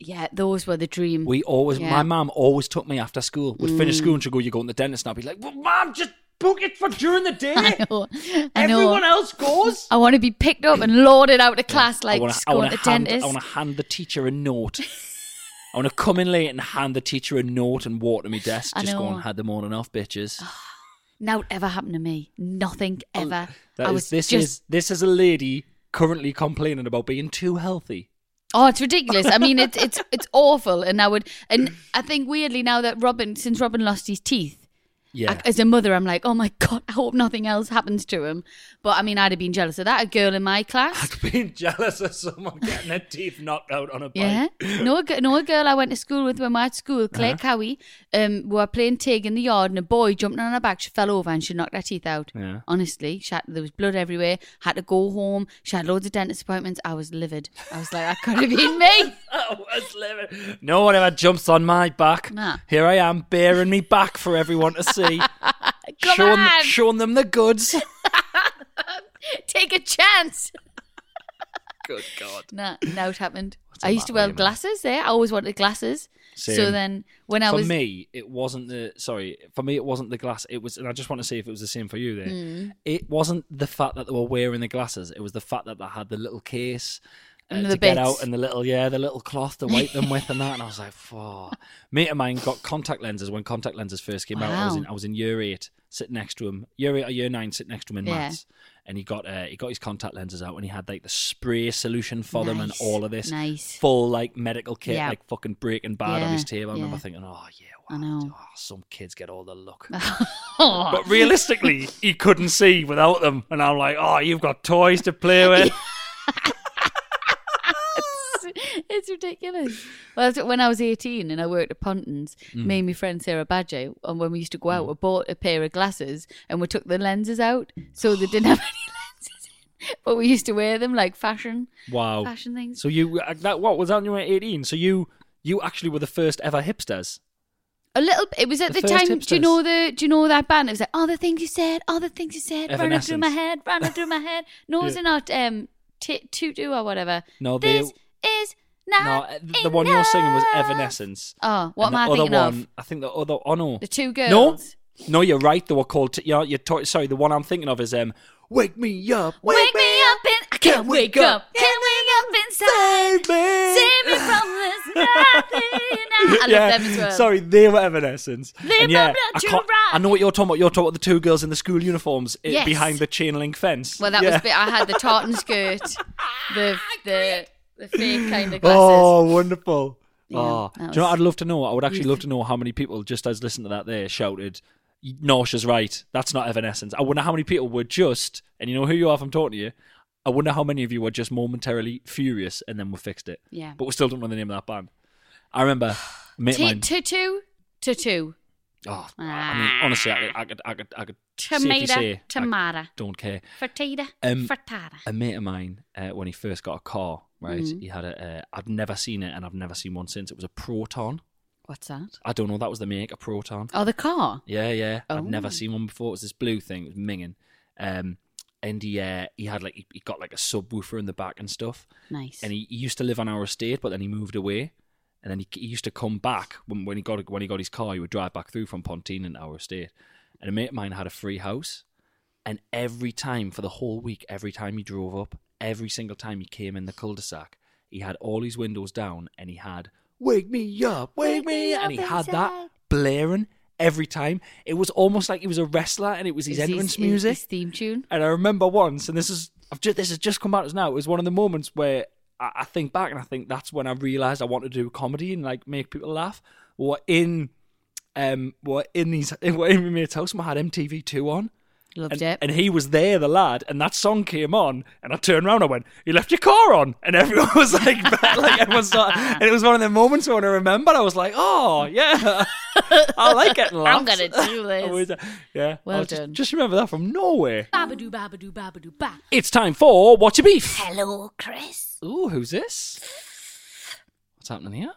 Speaker 2: yeah, those were the dream.
Speaker 3: We always,
Speaker 2: Mm. Yeah. Mm.
Speaker 3: my mum always took me after school. We'd finish school and she'd go, "You going to the dentist?" And I'd be like, "Well, mum, just book it for during the
Speaker 2: [LAUGHS]
Speaker 3: day.
Speaker 2: [LAUGHS] I know. I know.
Speaker 3: Everyone else
Speaker 2: [LAUGHS]
Speaker 3: goes."
Speaker 2: I want to be picked up and loaded out of class like
Speaker 3: I wanna,
Speaker 2: just
Speaker 3: I
Speaker 2: going
Speaker 3: wanna
Speaker 2: to the
Speaker 3: hand,
Speaker 2: dentist.
Speaker 3: I want to hand the teacher
Speaker 2: [LAUGHS]
Speaker 3: a note. I want to come in late and hand the teacher a note and walk to my desk.
Speaker 2: I
Speaker 3: Just go
Speaker 2: know.
Speaker 3: and had them on and off, bitches.
Speaker 2: Now it ever happened to me. Nothing ever.
Speaker 3: Oh, That
Speaker 2: I
Speaker 3: is-
Speaker 2: was
Speaker 3: this
Speaker 2: just
Speaker 3: is this is a lady currently complaining about being too healthy.
Speaker 2: oh, it's ridiculous. I mean, it's it's it's awful. And I would, and I think weirdly now that Robin, since Robin lost his teeth,
Speaker 3: Yeah, [LAUGHS]
Speaker 2: I- as a mother, I'm like, oh my god, I hope nothing else happens to him. But I mean, I'd have been jealous of that. A girl in my class.
Speaker 3: being jealous of someone getting their teeth knocked out on a bike. [LAUGHS]
Speaker 2: Yeah, [LAUGHS] no, a gi- no, a girl I went to school with when we were at school, Claire
Speaker 3: Uh-huh.
Speaker 2: Cowie, um, we were playing tag in the yard, and a boy jumped on her back. She fell over and she knocked her teeth out.
Speaker 3: Yeah.
Speaker 2: Honestly, she had, there was blood everywhere. Had to go home. She had loads of dentist appointments. I was livid. I was like, that could have been me. [LAUGHS]
Speaker 3: Oh, I was living. No one ever jumps on my back.
Speaker 2: Nah.
Speaker 3: Here I am, bearing me back for everyone to see.
Speaker 2: [LAUGHS] Come
Speaker 3: showing,
Speaker 2: on.
Speaker 3: showing them
Speaker 2: [LAUGHS]
Speaker 3: the goods.
Speaker 2: Take a chance.
Speaker 3: [LAUGHS] Good God.
Speaker 2: Nah, now it happened.
Speaker 3: the
Speaker 2: I used to
Speaker 3: matter,
Speaker 2: wear
Speaker 3: you man?
Speaker 2: glasses there. I always wanted glasses. So
Speaker 3: Same.
Speaker 2: then when I
Speaker 3: for
Speaker 2: was [LAUGHS]
Speaker 3: me, it wasn't the sorry. For me, it wasn't the glass. It was, and I just want to see if it was the same for you. There,
Speaker 2: Hmm.
Speaker 3: it wasn't the fact that they were wearing the glasses. It was the fact that they had the little case uh,
Speaker 2: And
Speaker 3: to
Speaker 2: the
Speaker 3: get
Speaker 2: bits.
Speaker 3: out and the little yeah, the little cloth to wipe them with and that. And
Speaker 2: [LAUGHS]
Speaker 3: I was like, "Fuck." Mate of mine got contact lenses when contact lenses first came out. I was
Speaker 2: Wow.
Speaker 3: in I was in year eight, sitting next to him. Year eight or year nine, sitting next to him in
Speaker 2: Yeah.
Speaker 3: maths. And he got uh, he got his contact lenses out, and he had like the spray solution for them and
Speaker 2: Nice,
Speaker 3: all of this
Speaker 2: nice.
Speaker 3: full like medical kit,
Speaker 2: Yeah.
Speaker 3: like fucking breaking bad on
Speaker 2: Yeah,
Speaker 3: his table. I remember
Speaker 2: yeah.
Speaker 3: thinking, oh yeah,
Speaker 2: I
Speaker 3: wow,
Speaker 2: know.
Speaker 3: oh, some kids get all
Speaker 2: [LAUGHS]
Speaker 3: the luck.
Speaker 2: Oh,
Speaker 3: but realistically, he couldn't see without them, and I'm like, oh, you've got toys
Speaker 2: [LAUGHS]
Speaker 3: to play with.
Speaker 2: it's, [LAUGHS] it's ridiculous. Well, that's what- when I was 18 and I worked at Pontons,
Speaker 3: Mm.
Speaker 2: me and my friend Sarah Badger, and when we used to go out, we bought a pair of glasses and we took the lenses out so they didn't
Speaker 3: [GASPS]
Speaker 2: have any lenses in. But we used to wear them like fashion,
Speaker 3: wow.
Speaker 2: fashion things.
Speaker 3: So you uh, that what was that when you were 18? So you you actually were the first ever hipsters.
Speaker 2: A little. bit- It was at the,
Speaker 3: The first
Speaker 2: time. Do
Speaker 3: hipsters.
Speaker 2: you know the? Do you know that band? It was like all the things you said, all the things you said, running through my
Speaker 3: Evanescence.
Speaker 2: head, running through my
Speaker 3: [LAUGHS]
Speaker 2: head. No, it's not um t- tutu or whatever.
Speaker 3: No, they-
Speaker 2: this is
Speaker 3: No,
Speaker 2: not.
Speaker 3: uh, the one you're singing was
Speaker 2: enough.
Speaker 3: Evanescence.
Speaker 2: Oh, what
Speaker 3: And
Speaker 2: am I
Speaker 3: the other
Speaker 2: thinking of?
Speaker 3: one, I think the other. Oh no,
Speaker 2: The two
Speaker 3: No,
Speaker 2: girls.
Speaker 3: no, you're right. They were called. T- you're, you're to- sorry. The one I'm thinking of is um, "Wake Me Up."
Speaker 2: Wake me up and I can't wake up. Can't wake up inside.
Speaker 3: Save me.
Speaker 2: Save me from
Speaker 3: [LAUGHS]
Speaker 2: this nothing. I love them as well.
Speaker 3: Sorry, they were Evanescence.
Speaker 2: They
Speaker 3: And
Speaker 2: were
Speaker 3: yeah, I,
Speaker 2: not too
Speaker 3: can't-
Speaker 2: right.
Speaker 3: I know what you're talking about. You're talking about the two girls in the school uniforms i-
Speaker 2: Yes.
Speaker 3: behind the chain link fence.
Speaker 2: Well, that
Speaker 3: yeah.
Speaker 2: was bit. I had the tartan
Speaker 3: [LAUGHS]
Speaker 2: skirt, the the the fake kind of glasses.
Speaker 3: Oh, wonderful.
Speaker 2: that
Speaker 3: oh. Do you know what
Speaker 2: was-
Speaker 3: I'd love to know? I would actually love to know how many people just as listen to that there shouted, Norsha's right. That's not Evanescence. I wonder how many people were just, and you know who you are if I'm talking to you, I wonder how many of you were just momentarily furious and then we fixed it.
Speaker 2: Yeah.
Speaker 3: But we still don't know the name of that band. I remember [SIGHS] a mate of
Speaker 2: T-
Speaker 3: mine.
Speaker 2: tutu, tutu,
Speaker 3: Oh, I mean, honestly, I, I could, I could, I could safely
Speaker 2: Ah. tomato,
Speaker 3: say I
Speaker 2: tomato,
Speaker 3: don't care.
Speaker 2: frittata,
Speaker 3: Um,
Speaker 2: frittata.
Speaker 3: A mate of mine, uh, when he first got a car, right,
Speaker 2: Mm-hmm.
Speaker 3: he had a. Uh, I'd never seen it, and I've never seen one since. It was a Proton.
Speaker 2: What's that?
Speaker 3: I don't know. That was the make a Proton.
Speaker 2: Oh, the car.
Speaker 3: Yeah, yeah. I'd never
Speaker 2: Oh.
Speaker 3: seen one before. It was this blue thing. It was minging. Um, and he, uh, he had like he, he got like a subwoofer in the back and stuff.
Speaker 2: Nice.
Speaker 3: And he, he used to live on our estate, but then he moved away. And then he, he used to come back when, when he got when he got his car. He would drive back through from Pontine into our estate. And a mate of mine had a free house, and every time for the whole week, every time he drove up, every single time he came in the cul-de-sac, he had all his windows down, and he had "Wake Me Up, Wake, Me Up," and he had that blaring every time. It was almost like he was a wrestler, and it was his
Speaker 2: Is
Speaker 3: entrance
Speaker 2: is
Speaker 3: music.
Speaker 2: His theme tune.
Speaker 3: And I remember once, and this is I've just, this has just come out as now. It was one of the moments where I, I think back and I think that's when I realised I wanted to do comedy and like make people laugh. We [LAUGHS] We're in, um, we we're in these, we we're in my mate's house. and We had MTV Two on,
Speaker 2: Loved
Speaker 3: and,
Speaker 2: it.
Speaker 3: and he was there, the lad, and that song came on, and I turned around, I went, "You left your car on," and everyone [LAUGHS] was like, "Like everyone started, And it was one of the moments when I remembered. I was like, "Oh yeah, [LAUGHS] I like getting
Speaker 2: I'm
Speaker 3: laughed."
Speaker 2: gonna do
Speaker 3: [LAUGHS] I was,
Speaker 2: this.
Speaker 3: uh, yeah, I
Speaker 2: Well
Speaker 3: was just-
Speaker 2: done.
Speaker 3: Just, remember that from Norway.
Speaker 4: Babadoo, babadoo, babadoo, ba.
Speaker 3: It's time for What's Your Beef?
Speaker 4: Hello, Chris.
Speaker 3: Ooh, who's this? What's happening here?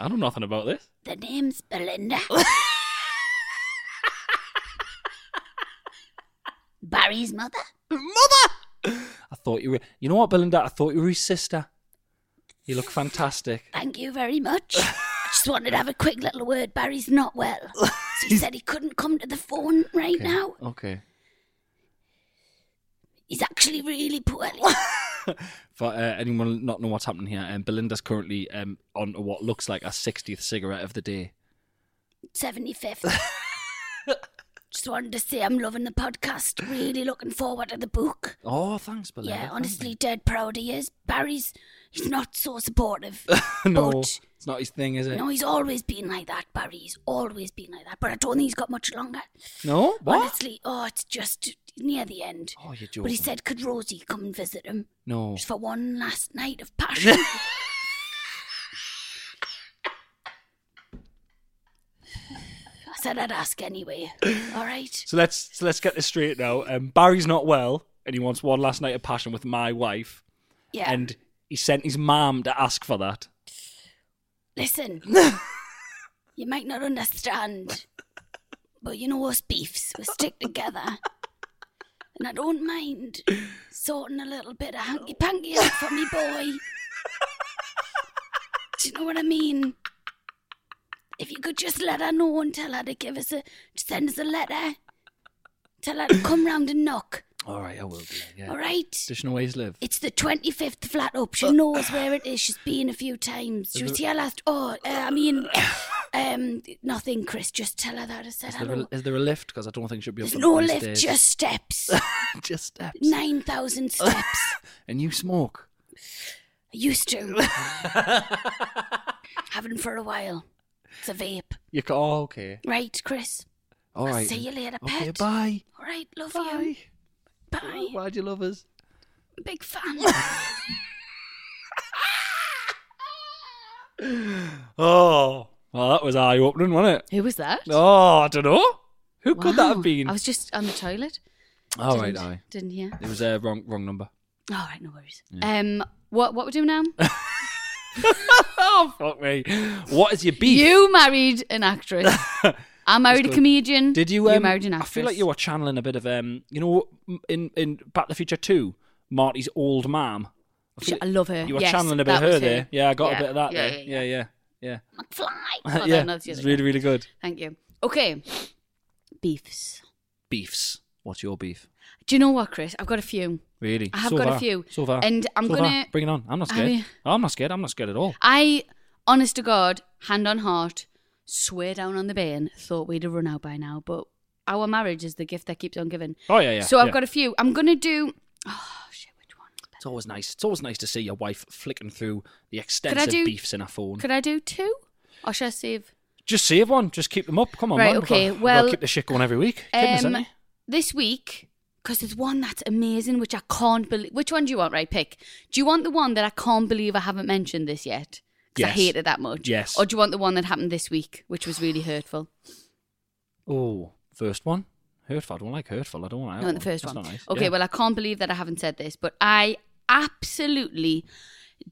Speaker 3: I know nothing about this.
Speaker 4: The name's
Speaker 3: [LAUGHS]
Speaker 4: Belinda. Barry's mother.
Speaker 3: I thought you were. You know what, Belinda? I thought you were his sister. You look fantastic.
Speaker 4: Thank you very much. I just wanted to have a quick little word. Barry's not
Speaker 3: [LAUGHS]
Speaker 4: well. So he said he couldn't come to the phone right now.
Speaker 3: Okay.
Speaker 4: He's actually really poorly.
Speaker 3: [LAUGHS] For uh, anyone not know what's happening here, um, Belinda's currently um, on what looks like a 60th cigarette of the day.
Speaker 4: 75th. just wanted to say I'm loving the podcast. Really looking forward to the book.
Speaker 3: Oh, thanks, Belinda.
Speaker 4: Yeah,
Speaker 3: Thank
Speaker 4: honestly, dead proud he is. Barry's, he's not so supportive.
Speaker 3: you. [LAUGHS] no,
Speaker 4: but-
Speaker 3: it's not his thing, is it?
Speaker 4: no, he's always been like that, Barry. He's always been like that. But I don't think he's got much longer.
Speaker 3: No? What?
Speaker 4: Honestly, oh, it's just near the end.
Speaker 3: Oh, you're joking.
Speaker 4: But he said, could Rosie come and visit him?
Speaker 3: no.
Speaker 4: Just for one last night of passion. I said I'd ask anyway. All right.
Speaker 3: So let's so let's get this straight now. Um, Barry's not well, and he wants one last night of passion with my wife,
Speaker 4: Yeah.
Speaker 3: and he sent his mom to ask for that.
Speaker 4: Listen, you might not understand, but you know us beefs, we stick together. And I don't mind sorting a little bit of hanky panky out for me boy. Do you know what I mean? If you could just let her know and tell her to give us a to send us a letter. Tell her to come round and knock.
Speaker 3: All right, I will do. that, Yeah.
Speaker 4: All right.
Speaker 3: Additional ways live.
Speaker 4: It's the 25th flat up.
Speaker 3: Uh,
Speaker 4: She knows where it is. She's been a few times. She was here last. Oh, uh, I
Speaker 3: [COUGHS]
Speaker 4: mean, um, nothing, Chris. Just tell her that I said
Speaker 3: Is there, a,
Speaker 4: hello.
Speaker 3: is there a lift? Because I don't think she'll be up
Speaker 4: There's
Speaker 3: on-
Speaker 4: no
Speaker 3: on
Speaker 4: lift,
Speaker 3: stairs.
Speaker 4: just steps.
Speaker 3: [LAUGHS] just steps.
Speaker 4: 9,000 steps.
Speaker 3: [LAUGHS] And you smoke.
Speaker 4: I used
Speaker 3: [LAUGHS]
Speaker 4: to. Haven't for a while. It's a vape.
Speaker 3: You ca Oh, okay.
Speaker 4: Right, Chris?
Speaker 3: All right.
Speaker 4: See you later, pet.
Speaker 3: Okay, bye.
Speaker 4: All right, love you.
Speaker 3: Bye.
Speaker 4: Bye.
Speaker 3: Why'd you love us?
Speaker 4: Big
Speaker 3: [LAUGHS]
Speaker 4: fan.
Speaker 3: [GASPS] Oh, well, that was eye opening, wasn't it?
Speaker 2: Who was that?
Speaker 3: Oh, I don't know. Who could
Speaker 2: [LAUGHS]
Speaker 3: that
Speaker 2: Wow.
Speaker 3: have been?
Speaker 2: I was just on the toilet.
Speaker 3: All right,
Speaker 2: didn't,
Speaker 3: aye.
Speaker 2: Didn't hear.
Speaker 3: It was a uh, wrong wrong number.
Speaker 2: All right, no worries. Um, what what we do now?
Speaker 3: Oh fuck me! What is your beef?
Speaker 2: you married an actress.
Speaker 3: [LAUGHS]
Speaker 2: I married a comedian.
Speaker 3: Did you? Um,
Speaker 2: you married an
Speaker 3: I
Speaker 2: actress.
Speaker 3: feel like you were channeling a bit of um, you know, in in Back to the Future Two, Marty's old mom.
Speaker 2: Sh- I love her.
Speaker 3: You were
Speaker 2: Yes,
Speaker 3: channeling a bit
Speaker 2: that
Speaker 3: of her
Speaker 2: was
Speaker 3: there. Yeah, I got
Speaker 2: Yeah,
Speaker 3: a bit of that
Speaker 2: yeah,
Speaker 3: there.
Speaker 2: yeah,
Speaker 3: Yeah, yeah, yeah. [LAUGHS]
Speaker 4: McFly.
Speaker 3: Yeah,
Speaker 2: Oh, no, it's the
Speaker 3: it's
Speaker 2: other
Speaker 3: really really good.
Speaker 2: Thank you. Okay, beefs.
Speaker 3: Beefs. What's your beef?
Speaker 2: Do you know what, Chris? I've got a few.
Speaker 3: Really?
Speaker 2: I have
Speaker 3: So
Speaker 2: got
Speaker 3: far.
Speaker 2: a few,
Speaker 3: So far.
Speaker 2: and I'm
Speaker 3: So far.
Speaker 2: gonna-
Speaker 3: bring it on. I'm not
Speaker 2: I
Speaker 3: scared.
Speaker 2: mean-
Speaker 3: I'm not scared. I'm not scared at all.
Speaker 2: I, honest to God, hand on heart, swear down on the bairn, thought we'd have run out by now, but our marriage is the gift that keeps on giving.
Speaker 3: Oh yeah, yeah.
Speaker 2: so I've
Speaker 3: yeah.
Speaker 2: got a few. I'm gonna do. Oh shit, which one?
Speaker 3: It's always nice. It's always nice to see your wife flicking through the extensive
Speaker 2: do-
Speaker 3: beefs in her phone.
Speaker 2: Could I do two, or should I save?
Speaker 3: Just save one. Just keep them up. Come on,
Speaker 2: Right,
Speaker 3: man. We've
Speaker 2: okay,
Speaker 3: got- we've got
Speaker 2: well,
Speaker 3: to keep the shit going every week. Goodness,
Speaker 2: Um,
Speaker 3: ain't it?
Speaker 2: this week, because there's one that's amazing, which I can't believe. Which one do you want? Right, pick. Do you want the one that I can't believe I haven't mentioned this yet? Because I
Speaker 3: Yes.
Speaker 2: hate it that much.
Speaker 3: Yes.
Speaker 2: Or do you want the one that happened this week, which was really hurtful?
Speaker 3: Oh, first one. Hurtful. I don't like hurtful. I don't like.
Speaker 2: I
Speaker 3: that
Speaker 2: want the first
Speaker 3: Oh, That's
Speaker 2: one.
Speaker 3: Not nice.
Speaker 2: Okay,
Speaker 3: Yeah.
Speaker 2: well, I can't believe that I haven't said this, but I absolutely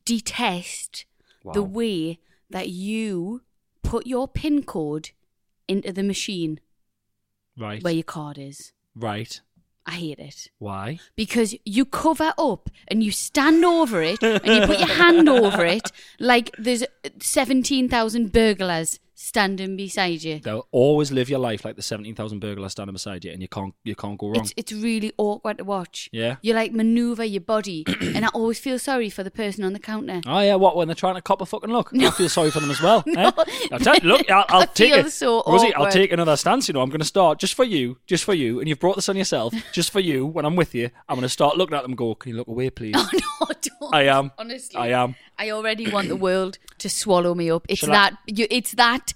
Speaker 2: detest the
Speaker 3: Wow.
Speaker 2: way that you put your PIN code into the machine
Speaker 3: right,
Speaker 2: where your card is.
Speaker 3: right.
Speaker 2: I hate it.
Speaker 3: Why?
Speaker 2: because you cover up and you stand over it and you put your hand over it like there's 17,000 burglars standing beside you.
Speaker 3: They'll always live your life like the seventeen thousand burglars standing beside you, and you can't you can't go wrong.
Speaker 2: It's, it's really awkward to watch.
Speaker 3: Yeah.
Speaker 2: You like maneuver your body [CLEARS THROAT] and I always feel sorry for the person on the counter.
Speaker 3: Oh yeah, what when they're trying to cop a fucking look? I feel sorry for them as well.
Speaker 2: [LAUGHS]
Speaker 3: eh? I'll tell you, look, I'll, I'll
Speaker 2: I
Speaker 3: take
Speaker 2: feel
Speaker 3: it.
Speaker 2: so
Speaker 3: Rosie, I'll
Speaker 2: awkward.
Speaker 3: take another stance. You know, I'm going to start just for you, just for you, and you've brought this on yourself, just for you. When I'm with you, I'm going to start looking at them. and Go, can you look away,
Speaker 2: [LAUGHS]
Speaker 3: please?
Speaker 2: [LAUGHS] Oh no, don't.
Speaker 3: I am.
Speaker 2: Honestly.
Speaker 3: I am.
Speaker 2: I already want the world to swallow me up. It's
Speaker 3: Shall I-
Speaker 2: that you, it's that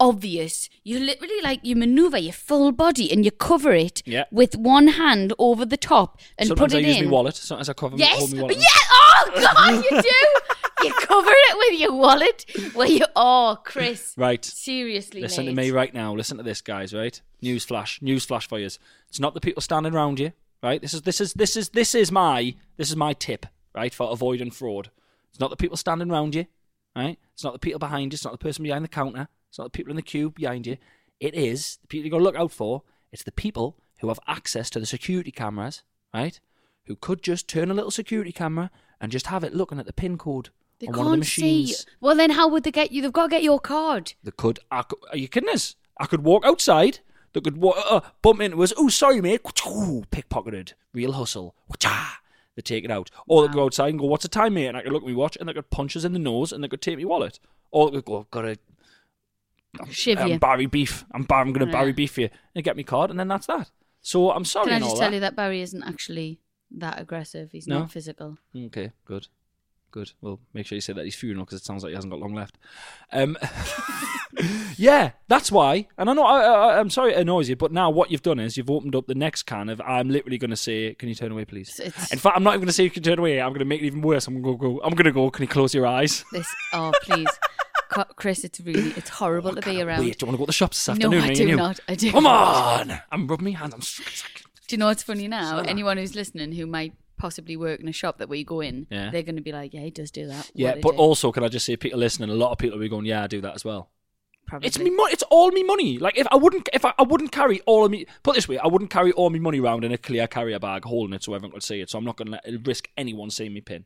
Speaker 2: obvious. You literally like you maneuver your full body and you cover it
Speaker 3: Yeah.
Speaker 2: with one hand over the top and
Speaker 3: Sometimes
Speaker 2: put it
Speaker 3: I use
Speaker 2: in.
Speaker 3: my wallet. Sometimes I cover my,
Speaker 2: Yes,
Speaker 3: hold my
Speaker 2: yeah.
Speaker 3: wallet.
Speaker 2: [LAUGHS] Oh God, you do. you cover it with your wallet. Where you are, Chris?
Speaker 3: Right.
Speaker 2: Seriously,
Speaker 3: Listen to
Speaker 2: mate.
Speaker 3: me uh, right now. Listen to this, guys. Right? News flash. News flash for you. It's not the people standing around you. Right? This is this is this is this is my this is my tip. Right for avoiding fraud. It's not the people standing around you. Right? It's not the people behind you. It's not the person behind the counter. It's not the people in the queue behind you. It is the people you got to look out for. It's the people who have access to the security cameras. Right? Who could just turn a little security camera and just have it looking at the pin code
Speaker 2: They
Speaker 3: on
Speaker 2: can't
Speaker 3: one of the
Speaker 2: see.
Speaker 3: machines.
Speaker 2: you. Well, then how would they get you? They've got to get your card.
Speaker 3: That could, I could, are you kidding us? I could walk outside. That could wa- uh, bump into us. Oh, sorry, mate. Ooh, pickpocketed. Real hustle. Wha-cha. They take it out. Or they could go outside and go, "What's the time, mate?" And I could look at my watch, and they could punch us in the nose, and they could take my wallet. Or they could go, "Got a
Speaker 2: Shiv you.
Speaker 3: um, Barry beef. I'm, bar- I'm going to
Speaker 2: Yeah.
Speaker 3: Barry beef you." And get me card, and then that's that. So I'm sorry.
Speaker 2: Can I
Speaker 3: and all
Speaker 2: just tell
Speaker 3: that.
Speaker 2: you that Barry isn't actually that aggressive? He's
Speaker 3: No?
Speaker 2: not physical.
Speaker 3: Okay, good. Good. Well, make sure you say that at his funeral because it sounds like he hasn't got long left. Um, [LAUGHS] yeah, that's why. And I know, I, I, I'm sorry it annoys you, but now what you've done is you've opened up the next can of I'm literally going to say, can you turn away, please?
Speaker 2: It's-
Speaker 3: In fact, I'm not even going to say you can turn away. I'm going to make it even worse. I'm going to go, I'm going to go, can you close your eyes?
Speaker 2: [LAUGHS] This. Oh, please, Co- Chris. It's really. It's horrible to be around.
Speaker 3: Wait, do you want to go to the shops this
Speaker 2: No,
Speaker 3: afternoon?
Speaker 2: I
Speaker 3: me
Speaker 2: do
Speaker 3: and you? Oh.
Speaker 2: not. I do.
Speaker 3: Come
Speaker 2: not.
Speaker 3: on! I'm rubbing my hands. I'm.
Speaker 2: Do you know what's funny now? Anyone who's listening who might possibly work in a shop that we go in,
Speaker 3: Yeah.
Speaker 2: they're going to be like, "Yeah, he does do that."
Speaker 3: Yeah,
Speaker 2: What a
Speaker 3: but
Speaker 2: dick.
Speaker 3: also, can I just say, people listening, a lot of people will be going, yeah, I do that as well.
Speaker 2: Probably.
Speaker 3: oh, It's me money. It's all me money. Like if I wouldn't, if I, I wouldn't carry all of me. Put it this way, I wouldn't carry all my money around in a clear carrier bag, holding it so everyone could see it. So I'm not going to risk anyone seeing me pin.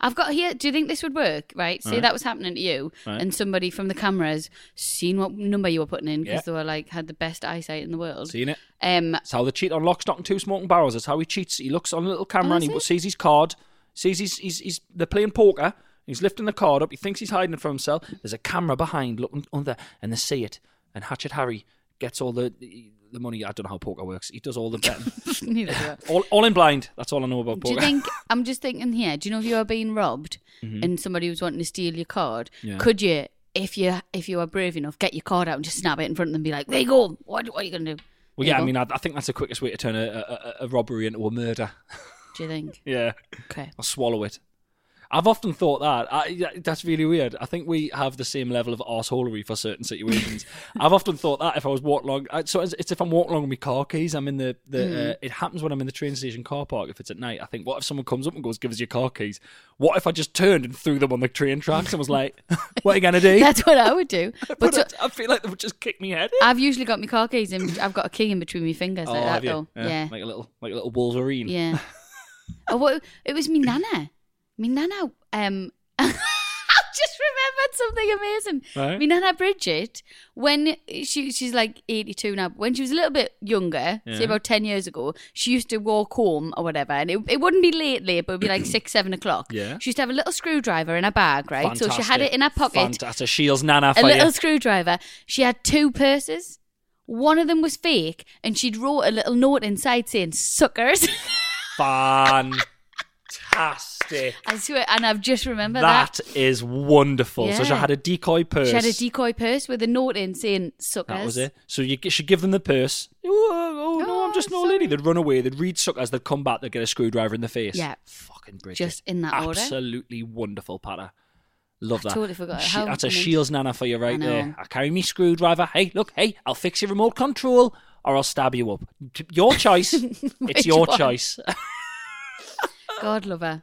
Speaker 2: I've got here. Do you think this would work? Right. Say
Speaker 3: Right.
Speaker 2: that was happening to you,
Speaker 3: Right.
Speaker 2: and somebody from the cameras seen what number you were putting in because
Speaker 3: Yeah.
Speaker 2: they were like had the best eyesight in the world.
Speaker 3: Seeing it?
Speaker 2: Um,
Speaker 3: That's how they cheat on lock, stock, and two smoking barrels. That's how he cheats. He looks on a little camera and he
Speaker 2: That's
Speaker 3: sees his card. Sees he's, he's, he's they're playing poker. He's lifting the card up. He thinks he's hiding it from himself. There's a camera behind looking under, and they see it. And Hatchet Harry gets all the the money. I don't know how poker works. He does all the betting.
Speaker 2: [LAUGHS] neither do I.
Speaker 3: all, all in blind. That's all I know about
Speaker 2: Do
Speaker 3: [LAUGHS]
Speaker 2: you
Speaker 3: poker.
Speaker 2: think I'm just thinking here? Do you know if you were being robbed and somebody was wanting to steal your card?
Speaker 3: Mm-hmm. Yeah.
Speaker 2: Could you, if you if you were brave enough, get your card out and just snap it in front of them and be like, "There you go. What, what are you gonna do?"
Speaker 3: Well,
Speaker 2: There
Speaker 3: yeah,
Speaker 2: you
Speaker 3: I
Speaker 2: go."
Speaker 3: mean, I, I think that's the quickest way to turn a, a- a, a robbery into a murder. [LAUGHS]
Speaker 2: do you think?
Speaker 3: Yeah,
Speaker 2: Okay.
Speaker 3: I'll swallow it. I've often thought that. I, yeah, that's really weird. I think we have the same level of arseholery for
Speaker 2: [LAUGHS]
Speaker 3: certain situations. I've often thought that if I was walking along, I, so it's, it's if I'm walking along with my car keys, I'm in the, the uh,
Speaker 2: Mm.
Speaker 3: it happens when I'm in the train station car park if it's at night. I think, what if someone comes up and goes, give us your car keys? What if I just turned and threw them on the train tracks and was like, [LAUGHS] what are you going to
Speaker 2: [LAUGHS]
Speaker 3: do?
Speaker 2: That's what I would
Speaker 3: [LAUGHS]
Speaker 2: do.
Speaker 3: but
Speaker 2: But so-
Speaker 3: I, I feel like they would just kick me head. in.
Speaker 2: I've usually got my car keys in. I've got a key in between my fingers like that
Speaker 3: Oh, have you?
Speaker 2: though. Yeah.
Speaker 3: Like a little, like a little Wolverine.
Speaker 2: Yeah. oh, what, it was me nana. Me nana. Um, [LAUGHS] I've just remembered something amazing.
Speaker 3: Right.
Speaker 2: Me nana Bridget, when she she's like eighty two now. When she was a little bit younger,
Speaker 3: Yeah.
Speaker 2: say about ten years ago, she used to walk home or whatever, and it, it wouldn't be late late, but it'd be like
Speaker 3: [CLEARS THROAT]
Speaker 2: six seven o'clock.
Speaker 3: Yeah.
Speaker 2: She used to have a little screwdriver in her bag, right? So she had it in her pocket
Speaker 3: Fantastic. Shields Nana for
Speaker 2: a
Speaker 3: you.
Speaker 2: little screwdriver. She had two purses. One of them was fake, and she'd wrote a little note inside saying "suckers." [LAUGHS]
Speaker 3: Fantastic.
Speaker 2: I swear, and I've just remembered that.
Speaker 3: that is wonderful. So she
Speaker 2: Yeah.
Speaker 3: had a decoy purse.
Speaker 2: She had a decoy purse with a note in saying "suckers."
Speaker 3: That was it. So you g- should give them the purse. Oh, oh, no, I'm
Speaker 2: Oh,
Speaker 3: just an old
Speaker 2: sorry.
Speaker 3: lady. They'd run away. They'd read suckers. They'd come back. They'd get a screwdriver in the face.
Speaker 2: Yeah.
Speaker 3: Fucking Bridget.
Speaker 2: Just in that order.
Speaker 3: Absolutely wonderful, Patter. Love
Speaker 2: I
Speaker 3: that.
Speaker 2: totally forgot
Speaker 3: She-
Speaker 2: how
Speaker 3: that's a
Speaker 2: many-
Speaker 3: Shields Nana for you right
Speaker 2: I
Speaker 3: there.
Speaker 2: know.
Speaker 3: I carry me screwdriver. Hey, look, hey, I'll fix your remote control or I'll stab you up. T- Your
Speaker 2: [LAUGHS]
Speaker 3: choice. it's
Speaker 2: Which
Speaker 3: your
Speaker 2: one?
Speaker 3: choice.
Speaker 2: God love her.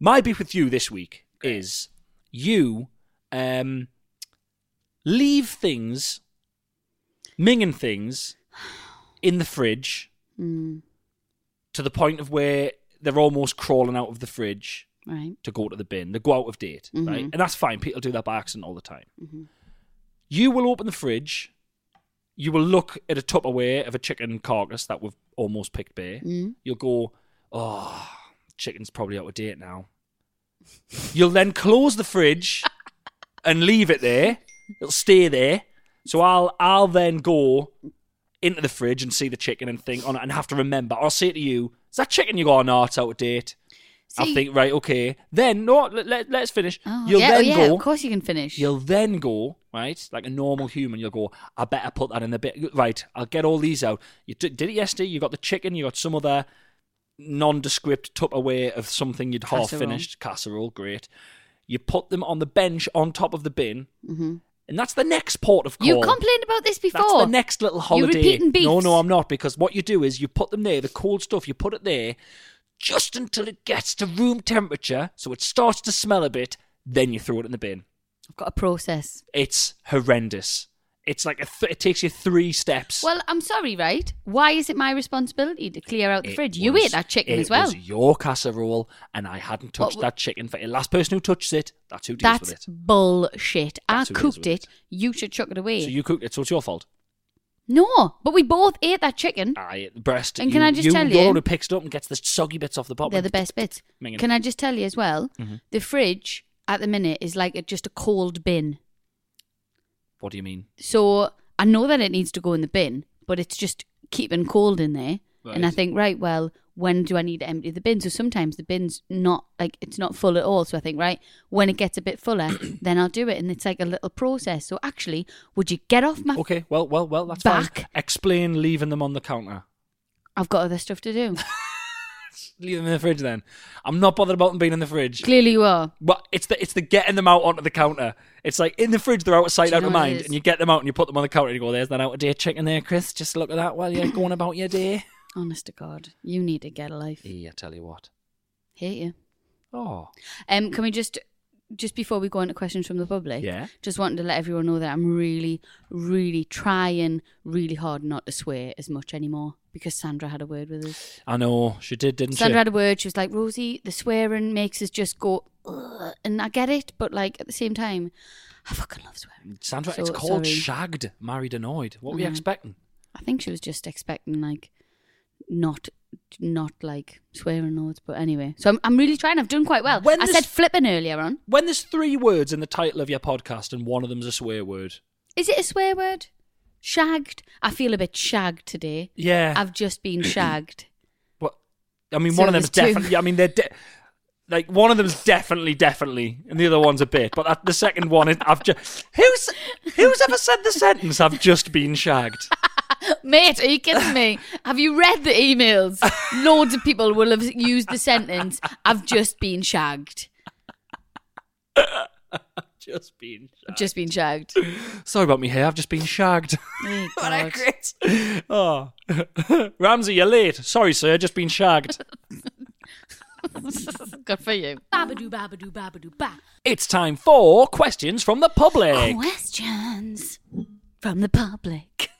Speaker 3: My beef with you this week is you um, leave things, minging things, in the fridge to the point of where they're almost crawling out of the fridge
Speaker 2: Right.
Speaker 3: to go to the bin. They go out of date, right? And that's fine. People do that by accident all the time. You will open the fridge. You will look at a Tupperware of a chicken carcass that we've almost picked bare.
Speaker 2: Mm.
Speaker 3: You'll go, oh, chicken's probably out of date now. You'll then close
Speaker 2: [LAUGHS]
Speaker 3: the fridge and leave it there. It'll stay there. So I'll I'll then go into the fridge and see the chicken and think on it and have to remember. I'll say to you, is that chicken you got on no, it's out of date? I
Speaker 2: See-
Speaker 3: think right, okay. Then no, let, let, let's finish.
Speaker 2: Oh,
Speaker 3: you'll
Speaker 2: yeah,
Speaker 3: then
Speaker 2: oh, yeah,
Speaker 3: go.
Speaker 2: Of course you can finish.
Speaker 3: You'll then go right, like a normal human. You'll go. I better put that in the bit. Right, I'll get all these out. You d- did it yesterday. You got the chicken. You got some other nondescript Tupperware of something you'd half
Speaker 2: Casserole.
Speaker 3: finished casserole. Great. You put them on the bench on top of the bin,
Speaker 2: Mm-hmm.
Speaker 3: and that's the next port of call.
Speaker 2: You've complained about this before.
Speaker 3: That's the next little holiday.
Speaker 2: You're repeating beefs.
Speaker 3: No, no, I'm not. Because what you do is you put them there, the cold stuff, you put it there just until it gets to room temperature, so it starts to smell a bit, then you throw it in the bin.
Speaker 2: I've got a process.
Speaker 3: It's horrendous. It's like a th- it takes you three steps.
Speaker 2: Well, I'm sorry, right? Why is it my responsibility to clear out the
Speaker 3: It
Speaker 2: fridge? you
Speaker 3: was-
Speaker 2: ate that chicken
Speaker 3: it
Speaker 2: as well.
Speaker 3: was your casserole, and I hadn't touched
Speaker 2: What-
Speaker 3: that chicken. For the last person who touches it, that's who deals
Speaker 2: That's
Speaker 3: with it.
Speaker 2: bullshit.
Speaker 3: That's
Speaker 2: I
Speaker 3: who deals
Speaker 2: cooked
Speaker 3: with it.
Speaker 2: it. You should chuck it away.
Speaker 3: So you cook it, so it's your fault.
Speaker 2: no, but we both ate that chicken.
Speaker 3: I ate the breast.
Speaker 2: Hmm? And can I just tell
Speaker 3: You're the
Speaker 2: you-
Speaker 3: one who picks it up and gets the soggy bits off the bottom.
Speaker 2: They're the best bits.
Speaker 3: Minging.
Speaker 2: Can I just tell you as well?
Speaker 3: Mm-hmm.
Speaker 2: The fridge at the minute is like a, just a cold bin.
Speaker 3: What do you mean?
Speaker 2: So I know that it needs to go in the bin, but it's just keeping cold in there. And I
Speaker 3: Right.
Speaker 2: think, right, well, when do I need to empty the bin? So sometimes the bin's not like it's not full at all. So I think, right, when it gets a bit
Speaker 3: [COUGHS]
Speaker 2: fuller, then I'll do it. And it's like a little process. So actually, would you get off my?
Speaker 3: Okay, well, well, well, that's fine.
Speaker 2: Back.
Speaker 3: Explain leaving them on the counter.
Speaker 2: I've got other stuff to
Speaker 3: [LAUGHS]
Speaker 2: do.
Speaker 3: Leave them in the fridge then. I'm not bothered about them being in the fridge.
Speaker 2: Clearly, you are.
Speaker 3: Well, it's the it's the getting them out onto the counter. It's like in the fridge they're out of sight,
Speaker 2: Do you
Speaker 3: out of
Speaker 2: know what it
Speaker 3: mind,
Speaker 2: is?
Speaker 3: and you get them out and you put them on the counter and you go, "There's that out of date chicken there, Chris. Just look at that while you're going about your day."
Speaker 2: Honest to God, you need to get a life.
Speaker 3: Yeah, I tell you what.
Speaker 2: Hate you.
Speaker 3: Oh,
Speaker 2: Um, can we just just before we go into questions from the public?
Speaker 3: Yeah.
Speaker 2: Just wanted to let everyone know that I'm really, really trying really hard not to swear as much anymore because Sandra had a word with us.
Speaker 3: I know she did, didn't
Speaker 2: Sandra
Speaker 3: she?
Speaker 2: had a word. She was like, Rosie, the swearing makes us just go, "Ugh," and I get it, but like at the same time, I fucking love swearing.
Speaker 3: Sandra,
Speaker 2: So,
Speaker 3: it's called
Speaker 2: sorry.
Speaker 3: shagged, married, annoyed. What were you
Speaker 2: Mhm.
Speaker 3: expecting?
Speaker 2: I think she was just expecting like not. Not like swearing loads, but anyway. So I'm, I'm really trying. I've done quite well.
Speaker 3: When
Speaker 2: I
Speaker 3: this-
Speaker 2: said flipping earlier on.
Speaker 3: When there's three words in the title of your podcast and one of them's a swear word.
Speaker 2: Is it a swear word? Shagged. I feel a bit shagged today.
Speaker 3: Yeah.
Speaker 2: I've just been shagged. [CLEARS THROAT]
Speaker 3: What? I mean,
Speaker 2: So
Speaker 3: one of them's
Speaker 2: there's two.
Speaker 3: definitely. I mean, they're de- like one of them's definitely, definitely, and the other one's a bit. But that, the second one, is, I've just who's who's ever said the sentence? I've just been shagged.
Speaker 2: Mate, are you kidding me? Have you read the
Speaker 3: [LAUGHS]
Speaker 2: emails? Loads of people will have used the sentence, I've just been shagged.
Speaker 3: just been.
Speaker 2: I've [LAUGHS] just been shagged.
Speaker 3: Shagged. Sorry about me hair. I've just been shagged.
Speaker 2: Oh,
Speaker 3: [LAUGHS] What a
Speaker 2: God.
Speaker 3: Chris. Oh, [LAUGHS] Ramsey, you're late. Sorry, sir. Just
Speaker 2: [LAUGHS]
Speaker 3: been shagged.
Speaker 2: Good for you.
Speaker 4: Babadoo, babadoo, babadoo, ba.
Speaker 3: It's time for questions from the public.
Speaker 2: Questions from the public.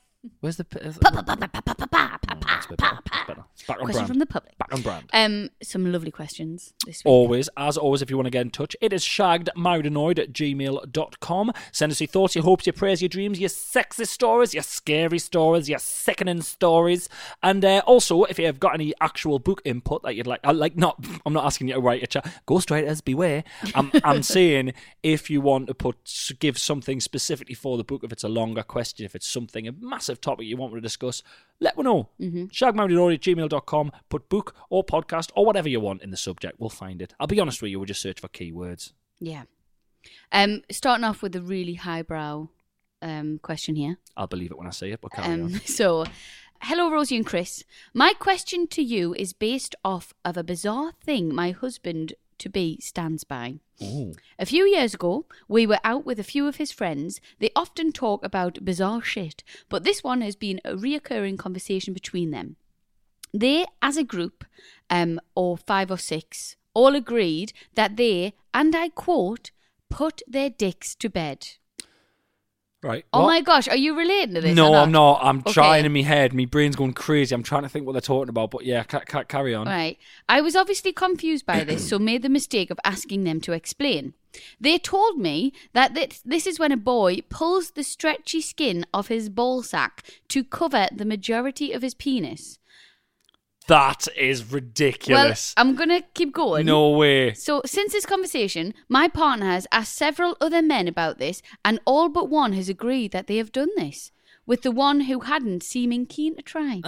Speaker 3: Where's the? p-
Speaker 2: Pa, pa, pa, pa, pa, pa, pa, pa, pa,
Speaker 3: Oh, that's a
Speaker 2: pa,
Speaker 3: bit
Speaker 2: pa,
Speaker 3: better.
Speaker 2: pa.
Speaker 3: That's better. Back on
Speaker 2: question
Speaker 3: brand.
Speaker 2: from the public.
Speaker 3: Back on brand.
Speaker 2: Um, some lovely questions this week.
Speaker 3: Always, as always, if you want to get in touch, it is shaggedmarriedanoid at gmail.com. Send us your thoughts, your hopes, your prayers, your dreams, your sexy stories, your scary stories, your sickening stories. And uh, also, if you have got any actual book input that you'd like, I like not, [LAUGHS] I'm not asking you to write a chat, ghostwriters, beware. I'm,
Speaker 2: [LAUGHS]
Speaker 3: I'm saying if you want to put, give something specifically for the book, if it's a longer question, if it's something, a massive topic you want to discuss, let me know. Mm-hmm. gmail.com, put book or podcast or whatever you want in the subject. We'll find it. I'll be honest with you, we'll just search for keywords.
Speaker 2: Yeah. Um, starting off with a really highbrow um, question here.
Speaker 3: I'll believe it when I see it, but carry
Speaker 2: Um,
Speaker 3: on.
Speaker 2: [LAUGHS] so, hello, Rosie and Chris. My question to you is based off of a bizarre thing my husband to be stands by. A few years ago, we were out with a few of his friends. They often talk about bizarre shit, but this one has been a reoccurring conversation between them. They, as a group, um, or five or six, all agreed that they, and I quote, put their dicks to bed.
Speaker 3: Right.
Speaker 2: Oh
Speaker 3: what?
Speaker 2: my gosh, are you relating to this?
Speaker 3: No,
Speaker 2: or
Speaker 3: I'm not. I'm
Speaker 2: Okay.
Speaker 3: trying in my head. My brain's going crazy. I'm trying to think what they're talking about, but yeah, ca- ca- carry on.
Speaker 2: Right. I was obviously confused by this, so made the mistake of asking them to explain. They told me that this, this is when a boy pulls the stretchy skin off his ball sack to cover the majority of his penis.
Speaker 3: That is ridiculous.
Speaker 2: Well, I'm going to keep going.
Speaker 3: no way.
Speaker 2: So, since this conversation, my partner has asked several other men about this, and all but one has agreed that they have done this, with the one who hadn't seeming keen to try.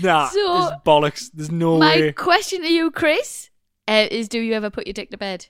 Speaker 3: That
Speaker 2: So-
Speaker 3: is bollocks. There's no
Speaker 2: my
Speaker 3: way.
Speaker 2: question to you, Chris, uh, is do you ever put your dick to bed?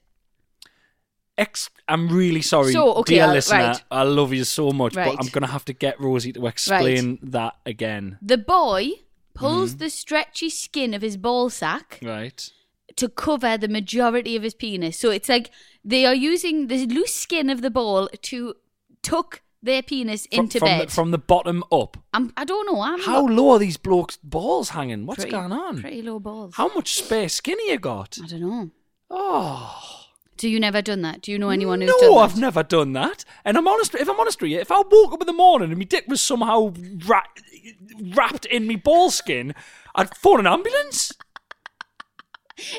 Speaker 3: Ex- I'm really sorry,
Speaker 2: So, okay,
Speaker 3: dear
Speaker 2: I'll-
Speaker 3: listener.
Speaker 2: right.
Speaker 3: I love you so much,
Speaker 2: Right.
Speaker 3: but I'm going to have to get Rosie to explain that again.
Speaker 2: The boy pulls
Speaker 3: Mm-hmm.
Speaker 2: the stretchy skin of his ball sack
Speaker 3: Right.
Speaker 2: to cover the majority of his penis. So it's like they are using the loose skin of the ball to tuck their penis
Speaker 3: Fro-
Speaker 2: into
Speaker 3: from
Speaker 2: bed.
Speaker 3: The, from the bottom up.
Speaker 2: I'm, I don't know. I'm
Speaker 3: How low are these blokes' balls hanging? What's
Speaker 2: pretty,
Speaker 3: going on?
Speaker 2: Pretty low balls.
Speaker 3: How much spare skin have you got?
Speaker 2: I don't know.
Speaker 3: Oh.
Speaker 2: Do you never done that? Do you know anyone who's
Speaker 3: no,
Speaker 2: done that? [LAUGHS]
Speaker 3: I've never done that. And I'm honest. If I'm honest with you, if I woke up in the morning and my dick was somehow ra- wrapped in me ball skin, I'd phone
Speaker 2: [GASPS]
Speaker 3: an ambulance.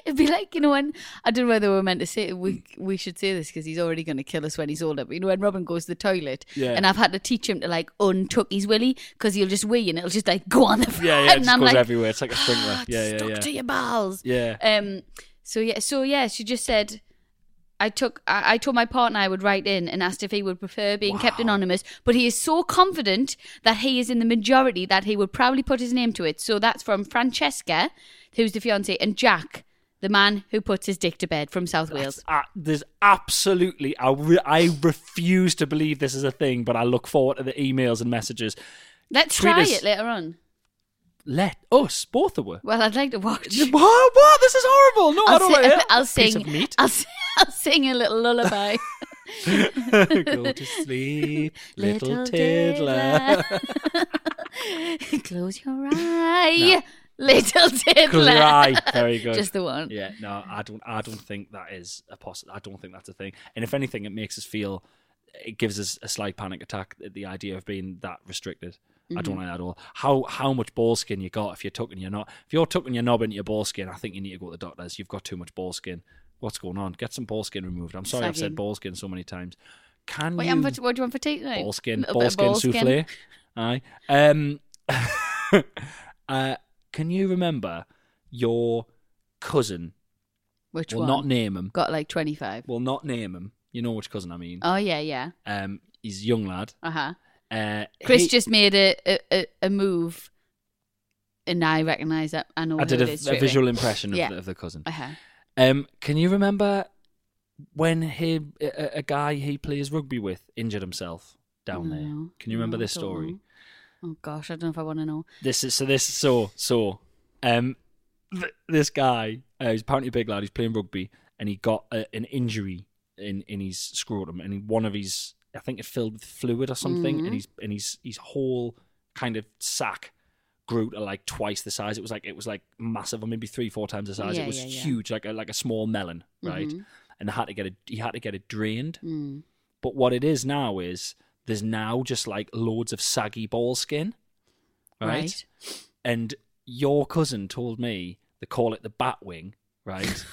Speaker 2: It'd be like you know when I don't know whether we're meant to say we we should say this because he's already going to kill us when he's older. But you know when Robin goes to the toilet,
Speaker 3: Yeah.
Speaker 2: and I've had to teach him to like untuck his willy because he'll just wee and it'll just like go on the front.
Speaker 3: Yeah, yeah, it
Speaker 2: and
Speaker 3: just
Speaker 2: I'm
Speaker 3: goes
Speaker 2: like,
Speaker 3: everywhere. It's like a sprinkler.
Speaker 2: "Ah, it's
Speaker 3: Yeah, yeah,
Speaker 2: stuck
Speaker 3: yeah.
Speaker 2: to your balls.
Speaker 3: Yeah.
Speaker 2: Um. So yeah. So yeah. She just said. I took. I, I told my partner I would write in and asked if he would prefer being kept anonymous, but he is so confident that he is in the majority that he would proudly put his name to it. So that's from Francesca, who's the fiance, and Jack, the man who puts his dick to bed from South Wales.
Speaker 3: Uh, there's absolutely. I, re- I refuse to believe this is a thing, but I look forward to the emails and messages.
Speaker 2: Let's
Speaker 3: Tweet
Speaker 2: try
Speaker 3: us.
Speaker 2: it later on.
Speaker 3: Let us both of us.
Speaker 2: Well, I'd like to watch.
Speaker 3: [LAUGHS] What? What? This is horrible. No, I
Speaker 2: I'll,
Speaker 3: don't
Speaker 2: si-
Speaker 3: want it.
Speaker 2: I'll
Speaker 3: Piece
Speaker 2: sing.
Speaker 3: of [LAUGHS] meat.
Speaker 2: I'll, si- I'll [LAUGHS] sing a little lullaby.
Speaker 3: Go to sleep, little tiddler.
Speaker 2: tiddler. [LAUGHS] Close your eye, little tiddler.
Speaker 3: Cry. Very good.
Speaker 2: Just the one.
Speaker 3: Yeah, no, I don't. I don't think that is a possi I don't think that's a thing. And if anything, it makes us feel. It gives us a slight panic attack at the idea of being that restricted. I
Speaker 2: Mm-hmm.
Speaker 3: don't like that at all. How how much ball skin you got? If you're tucking your knob, if you're tucking your knob into your ball skin, I think you need to go to the doctors. You've got too much ball skin. What's going on? Get some ball skin removed. I'm sorry, I've said
Speaker 2: Sagging.
Speaker 3: ball skin so many times. Can
Speaker 2: Wait,
Speaker 3: you?
Speaker 2: I'm for, what do you want for tea tonight?
Speaker 3: Mm. ball skin,
Speaker 2: Little
Speaker 3: ball
Speaker 2: bit of
Speaker 3: skin souffle.
Speaker 2: skin.
Speaker 3: Aye. Um, [LAUGHS] uh, can you remember your cousin?
Speaker 2: Which
Speaker 3: we'll
Speaker 2: one?
Speaker 3: not name him.
Speaker 2: Got like 25.
Speaker 3: We'll not name him. You know which cousin I mean.
Speaker 2: Oh yeah, yeah.
Speaker 3: Um, he's a young lad.
Speaker 2: Uh huh.
Speaker 3: Uh,
Speaker 2: Chris
Speaker 3: he-
Speaker 2: just made a, a a- a move, and I recognise that. I know.
Speaker 3: I did
Speaker 2: who
Speaker 3: a,
Speaker 2: it is
Speaker 3: a
Speaker 2: straight away.
Speaker 3: visual impression of,
Speaker 2: Yeah.
Speaker 3: the, of the cousin.
Speaker 2: Uh-huh.
Speaker 3: Um, can you remember when he a, a guy he plays rugby with injured himself down there?
Speaker 2: No,
Speaker 3: Can you remember
Speaker 2: no, I
Speaker 3: this
Speaker 2: don't
Speaker 3: story?
Speaker 2: know. Oh gosh, I don't know if I want to know.
Speaker 3: This is so. This so so. Um, th- this guy, uh, he's apparently a big lad. He's playing rugby, and he got a, an injury in in his scrotum, and in one of his, I think it filled with fluid or something,
Speaker 2: Mm.
Speaker 3: and he's and he's his whole kind of sack grew to like twice the size. It was like it was like massive, or maybe three, four times the size.
Speaker 2: Yeah, Mm-hmm.
Speaker 3: it was
Speaker 2: yeah, yeah.
Speaker 3: huge, like a, like a small melon, right? and had to get it. He had to get it drained. But what it is now is there's now just like loads of saggy ball skin, right?
Speaker 2: Right.
Speaker 3: And your cousin told me they call it the bat wing, [LAUGHS] right?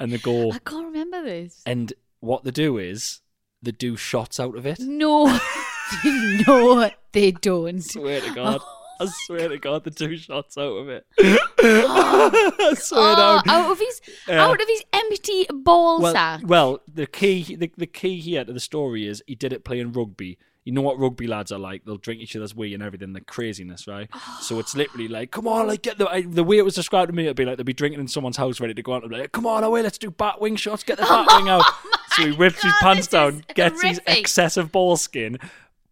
Speaker 3: and they go
Speaker 2: I can't remember this.
Speaker 3: and what they do is they do shots out of [LAUGHS] it.
Speaker 2: No, [LAUGHS] no, they
Speaker 3: [LAUGHS]
Speaker 2: don't.
Speaker 3: swear to God. I swear to God, the two shots out of it. [LAUGHS] Ah. I swear
Speaker 2: Oh,
Speaker 3: down.
Speaker 2: out of his,
Speaker 3: Yeah.
Speaker 2: out of his empty ball
Speaker 3: well,
Speaker 2: sack.
Speaker 3: well, the key the, the key here to the story is he did it playing rugby. You know what rugby lads are like? They'll drink each other's wee and everything, the craziness, right? so
Speaker 2: Oh.
Speaker 3: it's literally like, come on, like get the I, the way it was described to me, it'd be like they'd be drinking in someone's house, ready to go out, and be like, come on, away, let's do bat wing
Speaker 2: [LAUGHS]
Speaker 3: shots, get the bat wing out. So he rips his
Speaker 2: Oh God,
Speaker 3: pants
Speaker 2: this
Speaker 3: down,
Speaker 2: is
Speaker 3: gets his
Speaker 2: horrific.
Speaker 3: excessive ball skin,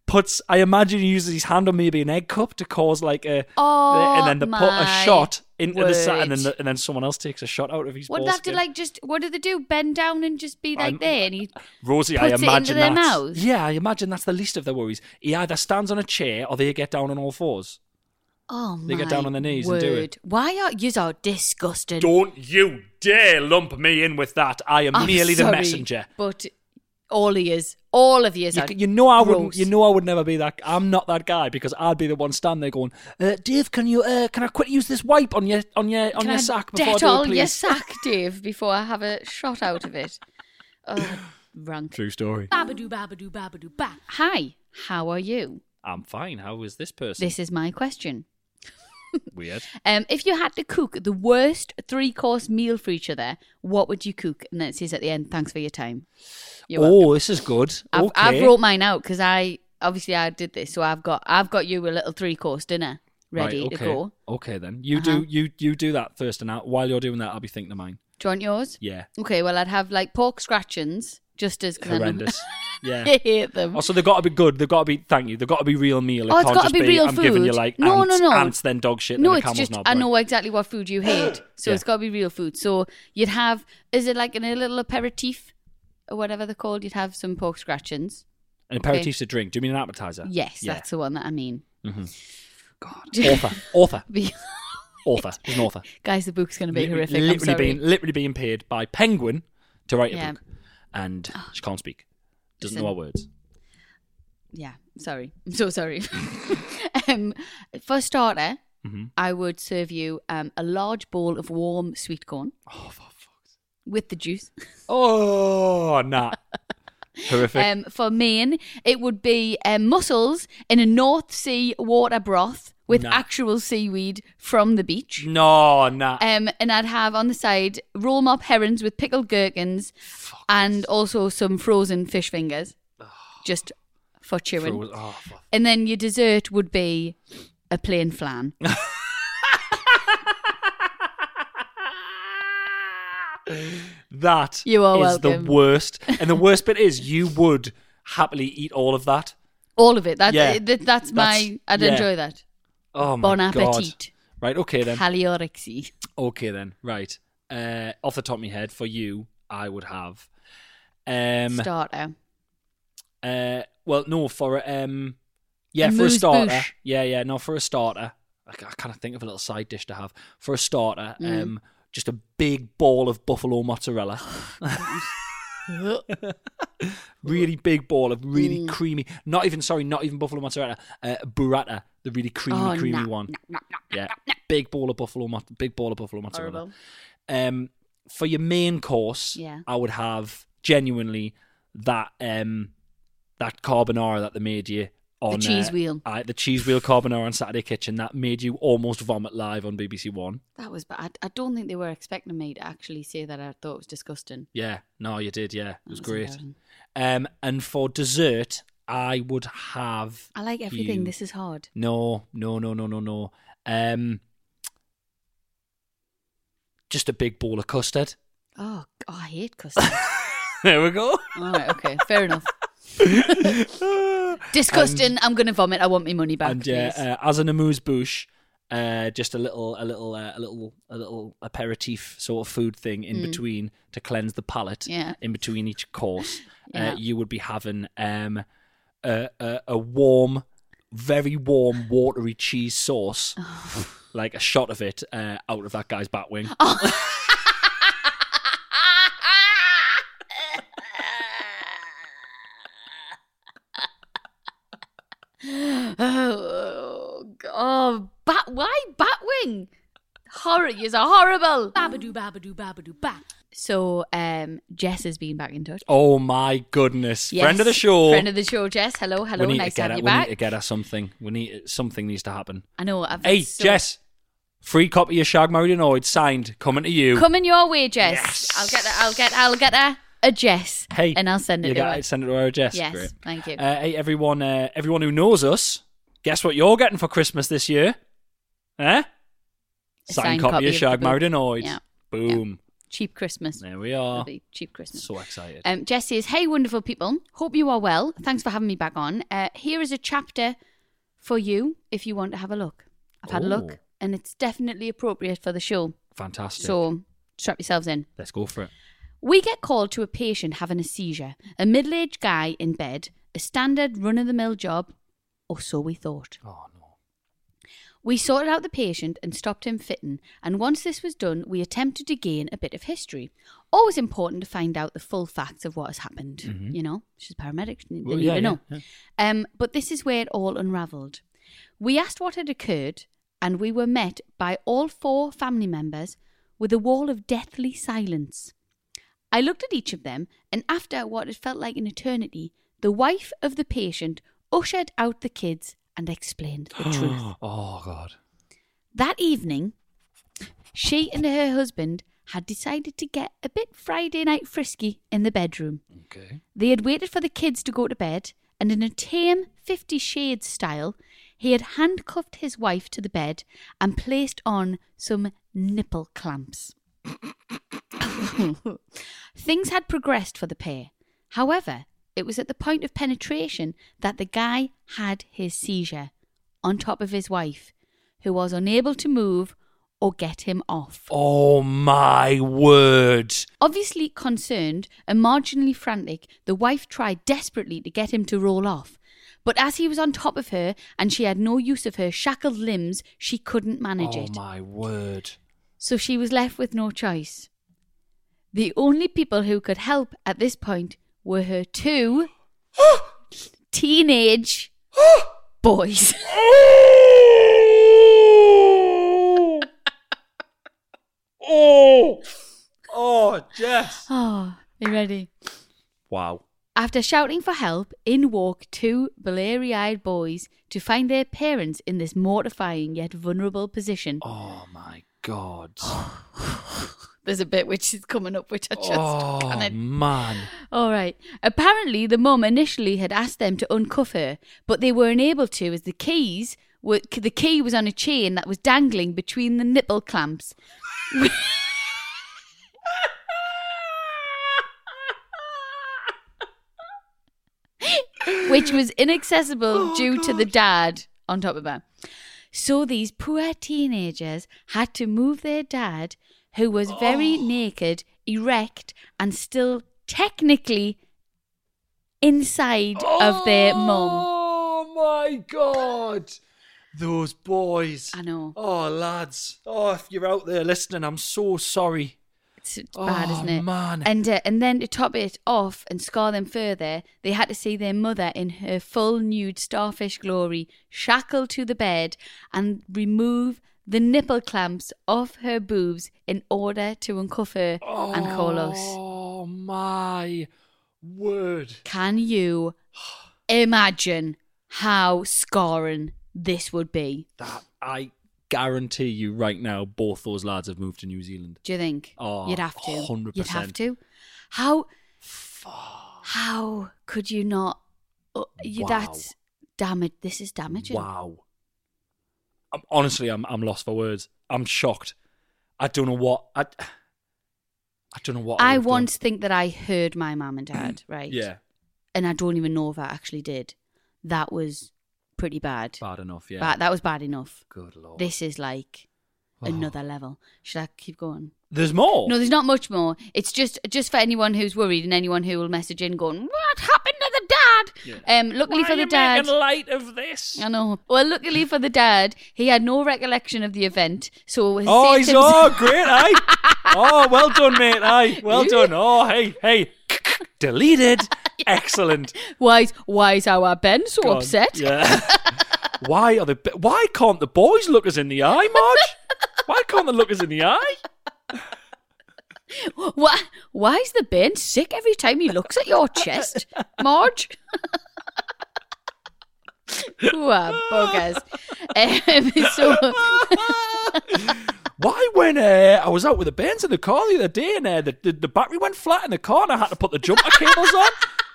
Speaker 3: puts. I imagine he uses his hand on maybe an egg cup to cause like a,
Speaker 2: Oh,
Speaker 3: and then they put a
Speaker 2: my
Speaker 3: shot into the side, and then
Speaker 2: word.
Speaker 3: the, and then someone else takes a shot out of his.
Speaker 2: What do
Speaker 3: ball
Speaker 2: they have to
Speaker 3: skin.
Speaker 2: like? Just what do they do? Bend down and just be like
Speaker 3: I'm-
Speaker 2: there, and he
Speaker 3: Rosie, I
Speaker 2: puts it into
Speaker 3: imagine
Speaker 2: their
Speaker 3: that's,
Speaker 2: mouth?
Speaker 3: Yeah, I imagine that's the least of their worries. He either stands on a chair or they get down on all fours.
Speaker 2: Oh
Speaker 3: They
Speaker 2: my
Speaker 3: get down on their knees and do it.
Speaker 2: word. Why are you are disgusted?
Speaker 3: Don't you dare lump me in with that. I am
Speaker 2: I'm
Speaker 3: merely the
Speaker 2: sorry,
Speaker 3: messenger.
Speaker 2: But all of yous, all of yous
Speaker 3: You,
Speaker 2: are.
Speaker 3: c- you know I wouldn't.
Speaker 2: gross.
Speaker 3: You know I would never be that. I'm not that guy because I'd be the one standing there going, uh, "Dave, can you? Uh, can I quit use this wipe on your on your on
Speaker 2: Can
Speaker 3: your
Speaker 2: I
Speaker 3: sack before I do
Speaker 2: Dettol
Speaker 3: it, please?" [LAUGHS]
Speaker 2: your sack, Dave, before I have a shot out of it. Oh, rank.
Speaker 3: True story.
Speaker 4: Babadoo, babadoo, babadoo, ba.
Speaker 2: Hi, how are you?
Speaker 3: I'm fine. How is this person?
Speaker 2: This is my question.
Speaker 3: Weird.
Speaker 2: Um, if you had to cook the worst three-course meal for each other, what would you cook? And then it says at the end, "Thanks for your time." You're
Speaker 3: oh,
Speaker 2: welcome.
Speaker 3: this is good.
Speaker 2: I've,
Speaker 3: okay.
Speaker 2: I've wrote mine out because I obviously I did this, so I've got I've got you a little three course dinner ready
Speaker 3: Right,
Speaker 2: to
Speaker 3: okay.
Speaker 2: go.
Speaker 3: Okay, then you
Speaker 2: Uh-huh.
Speaker 3: do you you do that first, and I, while you're doing that, I'll be thinking of mine.
Speaker 2: Do you want yours?
Speaker 3: Yeah,
Speaker 2: Okay, well I'd have like pork scratchings, just as 'cause I know-
Speaker 3: horrendous. yeah.
Speaker 2: [LAUGHS] I hate them.
Speaker 3: Also, they've got to be good. They've got to be. Thank you. They've got to be real meal. It
Speaker 2: Oh, it's
Speaker 3: can't
Speaker 2: gotta
Speaker 3: just
Speaker 2: be real
Speaker 3: I'm giving you
Speaker 2: food.
Speaker 3: like
Speaker 2: No, no,
Speaker 3: ants,
Speaker 2: no.
Speaker 3: ants, then dog shit.
Speaker 2: no,
Speaker 3: then a
Speaker 2: it's
Speaker 3: camel's
Speaker 2: just
Speaker 3: knob,
Speaker 2: I
Speaker 3: right.
Speaker 2: know exactly what food you
Speaker 3: [GASPS]
Speaker 2: hate, so
Speaker 3: Yeah.
Speaker 2: it's got to be real food. So you'd have is it like in a little aperitif or whatever they're called? You'd have some pork scratchings.
Speaker 3: An aperitif to drink. Do you mean an appetizer?
Speaker 2: Yes,
Speaker 3: Yeah.
Speaker 2: that's the one that I mean.
Speaker 3: [LAUGHS] author. Author.
Speaker 2: [LAUGHS] Be-
Speaker 3: Author. He's an author.
Speaker 2: Guys, the book's going to be
Speaker 3: Literally-
Speaker 2: horrific. I'm
Speaker 3: Literally
Speaker 2: sorry.
Speaker 3: being literally being paid by Penguin to write
Speaker 2: Yeah. Ah.
Speaker 3: a book, and she can't speak. Doesn't know
Speaker 2: Listen.
Speaker 3: our words.
Speaker 2: yeah, sorry. [LAUGHS] I'm so sorry. um, for starter,
Speaker 3: Mm-hmm.
Speaker 2: I would serve you um, a large bowl of warm sweet corn. With the juice.
Speaker 3: Oh,
Speaker 2: [LAUGHS]
Speaker 3: nah. Horrific.
Speaker 2: Um, for main, it would be um, mussels in a North Sea water broth with
Speaker 3: No.
Speaker 2: actual seaweed from the beach.
Speaker 3: no, nah.
Speaker 2: Um, and I'd have on the side roll mop herons with pickled gherkins and also some frozen fish fingers just for chewing.
Speaker 3: Frozen- oh, for-
Speaker 2: And then your dessert would be a plain flan.
Speaker 3: That
Speaker 2: You are
Speaker 3: is
Speaker 2: welcome.
Speaker 3: the worst. And the worst bit is you would happily eat all of that.
Speaker 2: All of it. That's uh,
Speaker 3: Yeah.
Speaker 2: th- that's my.
Speaker 3: That's-
Speaker 2: I'd
Speaker 3: yeah.
Speaker 2: enjoy that.
Speaker 3: Oh my
Speaker 2: Bon
Speaker 3: god.
Speaker 2: appetit.
Speaker 3: Right, okay then.
Speaker 2: Calorixy.
Speaker 3: Okay then. Right. Uh off the top of my head, for you, I would have um
Speaker 2: Starter.
Speaker 3: uh well no for a, um yeah,
Speaker 2: A
Speaker 3: for a
Speaker 2: mousse
Speaker 3: starter.
Speaker 2: bouche.
Speaker 3: Yeah, yeah, no, for a starter. I, I kind of think of a little side dish to have. For a starter, um just a big ball of buffalo mozzarella. [LAUGHS] really big ball of really creamy, not even sorry, not even buffalo mozzarella, uh, burrata, the really creamy,
Speaker 2: Oh,
Speaker 3: creamy
Speaker 2: nah,
Speaker 3: one. yeah, big ball of buffalo, mo- big ball of buffalo mozzarella.
Speaker 2: Horrible.
Speaker 3: Um, for your main course,
Speaker 2: Yeah.
Speaker 3: I would have genuinely that um that carbonara that they made you on uh,
Speaker 2: cheese wheel.
Speaker 3: uh, the cheese wheel carbonara on Saturday Kitchen that made you almost vomit live on BBC One.
Speaker 2: That was bad. I, I don't think they were expecting me to actually say that. I thought it was disgusting.
Speaker 3: Yeah, no, you did. Yeah, it was
Speaker 2: That
Speaker 3: great.
Speaker 2: embarrassing.
Speaker 3: Um, and for dessert, I would have.
Speaker 2: I like everything.
Speaker 3: you-
Speaker 2: This is hard.
Speaker 3: No, no, no, no, no, no. Um, just a big bowl of custard.
Speaker 2: Oh, g- oh, I hate [LAUGHS]
Speaker 3: [LAUGHS]
Speaker 2: custard.
Speaker 3: There we go.
Speaker 2: All right, okay, fair enough. Disgusting. I'm gonna vomit. I want my money back.
Speaker 3: [LAUGHS] and yeah,
Speaker 2: please.
Speaker 3: uh, as an amuse bouche, uh, just a little, a little, uh, a little, a little aperitif sort of food thing in between to cleanse the palate.
Speaker 2: Mm. Yeah.
Speaker 3: In between
Speaker 2: [LAUGHS]
Speaker 3: each course,
Speaker 2: Yeah.
Speaker 3: uh, you would be having um, a, a, a warm, very warm, watery cheese sauce.
Speaker 2: Oh.
Speaker 3: [LAUGHS] Like a shot
Speaker 2: [LAUGHS]
Speaker 3: of it uh, out of that guy's bat wing.
Speaker 2: Oh, why Batwing? Horror, yous are horrible.
Speaker 4: Babadoo, babadoo, babadoo, ba.
Speaker 2: So, um, Jess has been back in touch.
Speaker 3: Oh my goodness. Friend of the
Speaker 2: Yes,
Speaker 3: show.
Speaker 2: Friend of the show, Jess. Hello, hello.
Speaker 3: Oh. we need
Speaker 2: nice
Speaker 3: to get
Speaker 2: have
Speaker 3: her,
Speaker 2: you
Speaker 3: we need
Speaker 2: back.
Speaker 3: to get her something. We need something needs to happen.
Speaker 2: I know. I've
Speaker 3: Hey,
Speaker 2: so-
Speaker 3: Jess. Free copy of Shag Married Annoyed signed coming to you.
Speaker 2: Coming your way, Jess.
Speaker 3: Yes.
Speaker 2: I'll get her, I'll get I'll get her a Jess.
Speaker 3: Hey,
Speaker 2: And I'll send it
Speaker 3: you
Speaker 2: to
Speaker 3: got-
Speaker 2: her.
Speaker 3: Send it to her, Jess.
Speaker 2: Yes,
Speaker 3: Great.
Speaker 2: thank you.
Speaker 3: Uh, hey, everyone, uh, everyone who knows us, guess what you're getting for Christmas this year? Eh?
Speaker 2: A
Speaker 3: Signed,
Speaker 2: signed
Speaker 3: copy,
Speaker 2: copy
Speaker 3: of
Speaker 2: of
Speaker 3: Shag
Speaker 2: the
Speaker 3: Married
Speaker 2: book.
Speaker 3: Annoyed.
Speaker 2: Yeah.
Speaker 3: Boom.
Speaker 2: Cheap Christmas.
Speaker 3: There we are.
Speaker 2: It'll be cheap Christmas.
Speaker 3: Oh, So excited.
Speaker 2: Um, Jess says, Hey, wonderful people. Hope you are well. Thanks for having me back on. Uh, here is a chapter for you if you want to have a look. I've had a
Speaker 3: Oh.
Speaker 2: look and it's definitely appropriate for the show.
Speaker 3: Fantastic.
Speaker 2: So strap yourselves in.
Speaker 3: Let's go for it.
Speaker 2: We get called to a patient having a seizure, a middle aged guy in bed, a standard run of the mill job, or so we thought.
Speaker 3: Oh, no.
Speaker 2: We sorted out the patient and stopped him fitting, and once this was done, we attempted to gain a bit of history. Always important to find out the full facts of what has happened. You know, she's paramedics, they
Speaker 3: Mm-hmm. Well,
Speaker 2: need
Speaker 3: yeah,
Speaker 2: to know.
Speaker 3: yeah,
Speaker 2: Um, but this is where it all unravelled. We asked what had occurred, and we were met by all four family members with a wall of deathly silence. I looked at each of them, and after what had felt like an eternity, the wife of the patient ushered out the kids and explained
Speaker 3: [GASPS]
Speaker 2: the truth.
Speaker 3: oh, God.
Speaker 2: That evening, she and her husband had decided to get a bit Friday night frisky in the bedroom.
Speaker 3: Okay.
Speaker 2: They had waited for the kids to go to bed, and in a tame Fifty Shades style, he had handcuffed his wife to the bed and placed on some nipple clamps. [COUGHS] Things had progressed for the pair. However, it was at the point of penetration that the guy had his seizure on top of his wife, who was unable to move or get him off.
Speaker 3: Oh, my word.
Speaker 2: Obviously concerned and marginally frantic, the wife tried desperately to get him to roll off. But as he was on top of her and she had no use of her shackled limbs, she couldn't manage
Speaker 3: oh,
Speaker 2: it.
Speaker 3: my word.
Speaker 2: So she was left with no choice. The only people who could help at this point were her two teenage boys. [GASPS]
Speaker 3: oh, oh,
Speaker 2: [GASPS]
Speaker 3: Jess.
Speaker 2: Oh, are you ready?
Speaker 3: Wow.
Speaker 2: After shouting for help, in walk two bleary eyed boys to find their parents in this mortifying yet vulnerable position.
Speaker 3: Oh, my
Speaker 2: [LAUGHS]
Speaker 3: God.
Speaker 2: There's a bit which is coming up which I just
Speaker 3: oh,
Speaker 2: can't.
Speaker 3: man.
Speaker 2: All right. Apparently, the mum initially had asked them to uncuff her, but they were unable to as the keys were the key was on a chain that was dangling between the nipple clamps. which was inaccessible due to the dad on top of her. So these poor teenagers had to move their dad, who was very naked, erect, and still technically inside of their mum.
Speaker 3: Oh, my God. Those boys.
Speaker 2: I know.
Speaker 3: Oh, lads. Oh, if you're out there listening, I'm so sorry.
Speaker 2: It's, it's bad,
Speaker 3: Oh,
Speaker 2: isn't it?
Speaker 3: man.
Speaker 2: And uh, and then to top it off and scar them further, they had to see their mother in her full nude starfish glory, shackled to the bed, and remove the nipple clamps off her boobs in order to uncuff her and call us.
Speaker 3: Oh, my word.
Speaker 2: Can you imagine how scarring this would be?
Speaker 3: That I guarantee you right now, both those lads have moved to New Zealand.
Speaker 2: Do you think
Speaker 3: Oh,
Speaker 2: you'd have to? you would have
Speaker 3: 100%.
Speaker 2: to. How? How could you not? Uh, you,
Speaker 3: Wow.
Speaker 2: That's damage. This is damaging.
Speaker 3: Wow. I'm, honestly, I'm I'm lost for words. I'm shocked. I don't know what I. I don't know what
Speaker 2: I
Speaker 3: would've done.
Speaker 2: once think that I heard my mum and
Speaker 3: [CLEARS THROAT]
Speaker 2: dad, right?
Speaker 3: Yeah,
Speaker 2: And I don't even know if I actually did. That was pretty bad.
Speaker 3: bad enough. Yeah.
Speaker 2: Bad- that was bad enough.
Speaker 3: Good lord.
Speaker 2: This is like
Speaker 3: Oh.
Speaker 2: another level. Should I keep going?
Speaker 3: There's more.
Speaker 2: No, there's not much more. It's just just for anyone who's worried and anyone who will message in going, What happened to the dad? Um luckily
Speaker 3: Why
Speaker 2: for
Speaker 3: are
Speaker 2: the
Speaker 3: you
Speaker 2: dad.
Speaker 3: making light of this.
Speaker 2: I know. Well, luckily for the dad, he had no recollection of the event, so he
Speaker 3: Oh,
Speaker 2: saved
Speaker 3: he's
Speaker 2: himself- [LAUGHS]
Speaker 3: oh great, aye. Oh, well done, mate. Aye, well done. Oh, hey,
Speaker 2: [LAUGHS]
Speaker 3: hey. Deleted. Excellent.
Speaker 2: why is why is our Ben so
Speaker 3: Gone.
Speaker 2: upset?
Speaker 3: Yeah. [LAUGHS] Why are the why can't the boys look us in the eye,
Speaker 2: [LAUGHS]
Speaker 3: Marge? Why can't they look us in the eye?
Speaker 2: Why, why is the bairn sick every time he looks at your chest, Marge? Poor buggers. Um, [LAUGHS] so,
Speaker 3: [LAUGHS] Why when uh, I was out with the bands in the car the other day and uh, the, the the battery went flat in the car and I had to put the jumper cables on?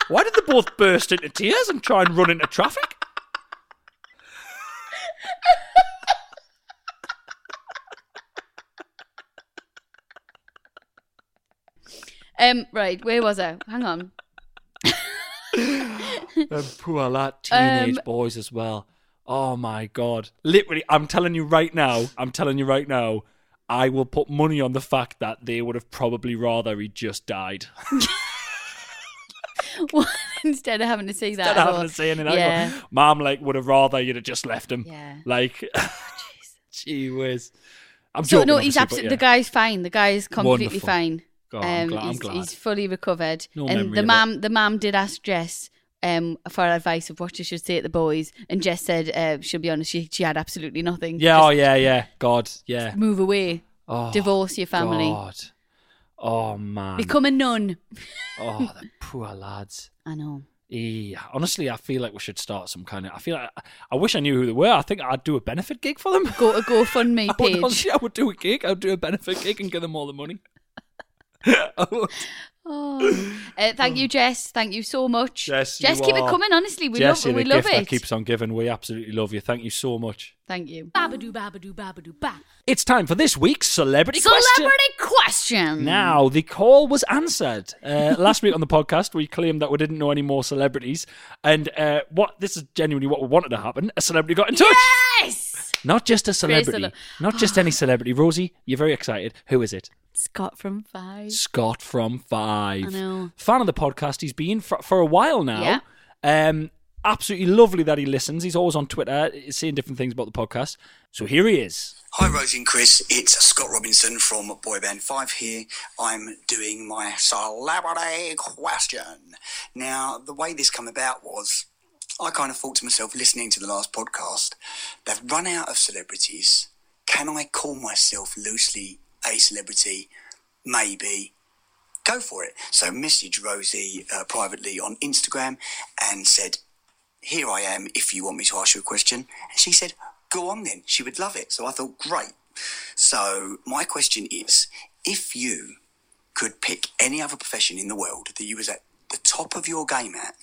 Speaker 3: Why did they both burst into tears and try and run into traffic?
Speaker 2: um, right, where was I? Hang on.
Speaker 3: Them poor lot teenage boys as well. Oh my god! Literally, I'm telling you right now. I'm telling you right now. I will put money on the fact that they would have probably rather he just died.
Speaker 2: [LAUGHS] Well, Instead of having to say that.
Speaker 3: Instead of having
Speaker 2: or-
Speaker 3: to say anything.
Speaker 2: Yeah.
Speaker 3: Yeah. Mom, like, would have rather you'd have just left him.
Speaker 2: Yeah. Oh,
Speaker 3: Like, [LAUGHS] gee whiz. I'm
Speaker 2: So
Speaker 3: joking,
Speaker 2: no, he's
Speaker 3: obviously,
Speaker 2: absolutely
Speaker 3: but
Speaker 2: the guy's fine. The guy is completely
Speaker 3: Wonderful.
Speaker 2: fine. Um,
Speaker 3: God, I'm glad- I'm
Speaker 2: he's,
Speaker 3: glad.
Speaker 2: he's fully recovered.
Speaker 3: No
Speaker 2: and
Speaker 3: memory
Speaker 2: the
Speaker 3: of
Speaker 2: mum, the mum did ask Jess um, for advice of what she should say to the boys, and Jess said uh, she'll be honest, she she had absolutely nothing.
Speaker 3: Yeah,
Speaker 2: Just
Speaker 3: oh, yeah, yeah. God, yeah.
Speaker 2: move away,
Speaker 3: Oh,
Speaker 2: divorce your family,
Speaker 3: God. Oh, man.
Speaker 2: become a nun.
Speaker 3: oh, the poor lads.
Speaker 2: I know.
Speaker 3: Yeah, honestly, I feel like we should start some kind of. I feel like I wish I knew who they were. I think I'd do a benefit gig for them. [LAUGHS]
Speaker 2: Go to GoFundMe
Speaker 3: I would,
Speaker 2: page.
Speaker 3: honestly, I would do a gig. I'd do a benefit gig and give them all the money. I would.
Speaker 2: Oh. Uh, thank you, Jess. Thank you so much.
Speaker 3: Jess, you
Speaker 2: keep it
Speaker 3: are-
Speaker 2: coming. Honestly, we
Speaker 3: Jess,
Speaker 2: love
Speaker 3: you're
Speaker 2: we
Speaker 3: the
Speaker 2: love
Speaker 3: gift
Speaker 2: it.
Speaker 3: that keeps on giving. We absolutely love you. Thank you so much.
Speaker 2: Thank you.
Speaker 4: Babadoo, babadoo, babadoo, ba.
Speaker 3: It's time for this week's celebrity, question.
Speaker 2: Celebrity question.
Speaker 3: Now, the call was answered. Uh, last week on the podcast, we claimed that we didn't know any more celebrities. And uh, what this is genuinely what we wanted to happen. A celebrity got in touch.
Speaker 2: Yes.
Speaker 3: Not just a
Speaker 2: Praise the
Speaker 3: celebrity.
Speaker 2: Lord.
Speaker 3: Not just any celebrity. Rosie, you're very excited. Who is it?
Speaker 2: Scott from Five.
Speaker 3: Scott from Five.
Speaker 2: I know.
Speaker 3: Fan of the podcast. He's been for, for a while now. Um, absolutely lovely that he listens. He's always on Twitter saying different things about the podcast. So here he is.
Speaker 5: Hi, Rosie and Chris. It's Scott Robinson from Boy Band 5 here. I'm doing my celebrity question. Now, the way this came about was I kind of thought to myself, listening to the last podcast, they've run out of celebrities. Can I call myself loosely a celebrity? Maybe go for it. So messaged Rosie uh, privately on Instagram and said, "Here I am. If you want me to ask you a question," and she said, "Go on then. She would love it." So I thought, great. So my question is, if you could pick any other profession in the world that you was at the top of your game at,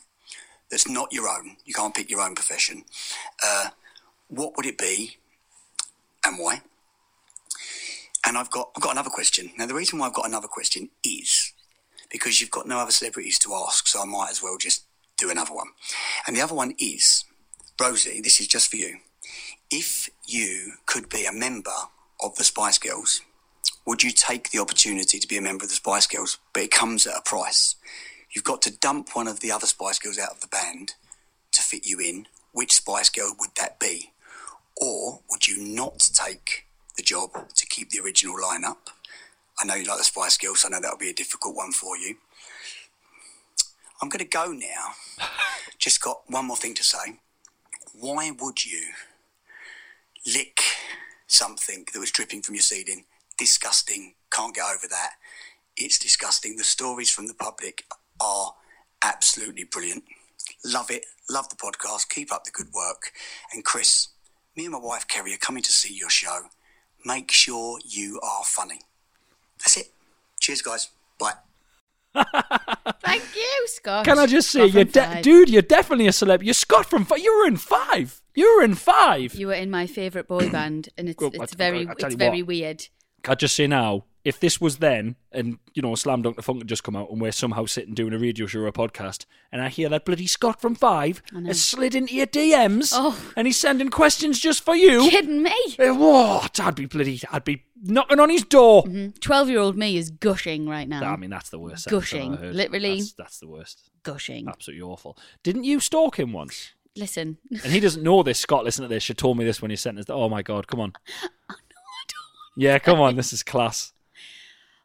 Speaker 5: that's not your own, you can't pick your own profession. Uh, what would it be, and why? And I've got I've got another question. Now the reason why I've got another question is because you've got no other celebrities to ask, so I might as well just do another one. And the other one is, Rosie, this is just for you. If you could be a member of the Spice Girls, would you take the opportunity to be a member of the Spice Girls? But it comes at a price. You've got to dump one of the other Spice Girls out of the band to fit you in. Which Spice Girl would that be? Or would you not take the job to keep the original lineup? I know you like the Spice Girls, so I know that'll be a difficult one for you. I'm going to go now. Just got one more thing to say. Why would you lick something that was dripping from your ceiling? Disgusting. Can't get over that. It's disgusting. The stories from the public are absolutely brilliant. Love it. Love the podcast. Keep up the good work. And Chris, me and my wife Kerry are coming to see your show. Make sure you are funny. That's it. Cheers, guys. Bye.
Speaker 2: Thank you, Scott.
Speaker 3: Can I just say,
Speaker 2: Scott
Speaker 3: you're
Speaker 2: from
Speaker 3: de-
Speaker 2: Five.
Speaker 3: dude, you're definitely a celeb. You're Scott from Five. You were in Five. You were in Five.
Speaker 2: You were in my favourite
Speaker 3: [COUGHS]
Speaker 2: boy band, and it's
Speaker 3: Well, I-
Speaker 2: it's very
Speaker 3: I- I tell
Speaker 2: it's
Speaker 3: you
Speaker 2: very
Speaker 3: what.
Speaker 2: weird.
Speaker 3: I just say now, if this was then, and you know, Slam Dunk the Funk had just come out, and we're somehow sitting doing a radio show or a podcast, and I hear that bloody Scott from Five has slid into your DMs,
Speaker 2: Oh.
Speaker 3: and he's sending questions just for you.
Speaker 2: Kidding me?
Speaker 3: Eh, What? I'd be bloody, I'd be knocking on his door.
Speaker 2: Mm-hmm. Twelve-year-old me is gushing right now.
Speaker 3: I mean, that's the worst. sentence I've
Speaker 2: Gushing,
Speaker 3: ever heard.
Speaker 2: literally.
Speaker 3: That's, that's the worst.
Speaker 2: gushing.
Speaker 3: Absolutely awful. Didn't you stalk him once?
Speaker 2: Listen,
Speaker 3: And he doesn't know this. Scott, listen to this. She told me this when
Speaker 2: [LAUGHS]
Speaker 3: he sent us. Oh my god! Come on.
Speaker 2: I know I don't.
Speaker 3: Yeah, come on. This is class.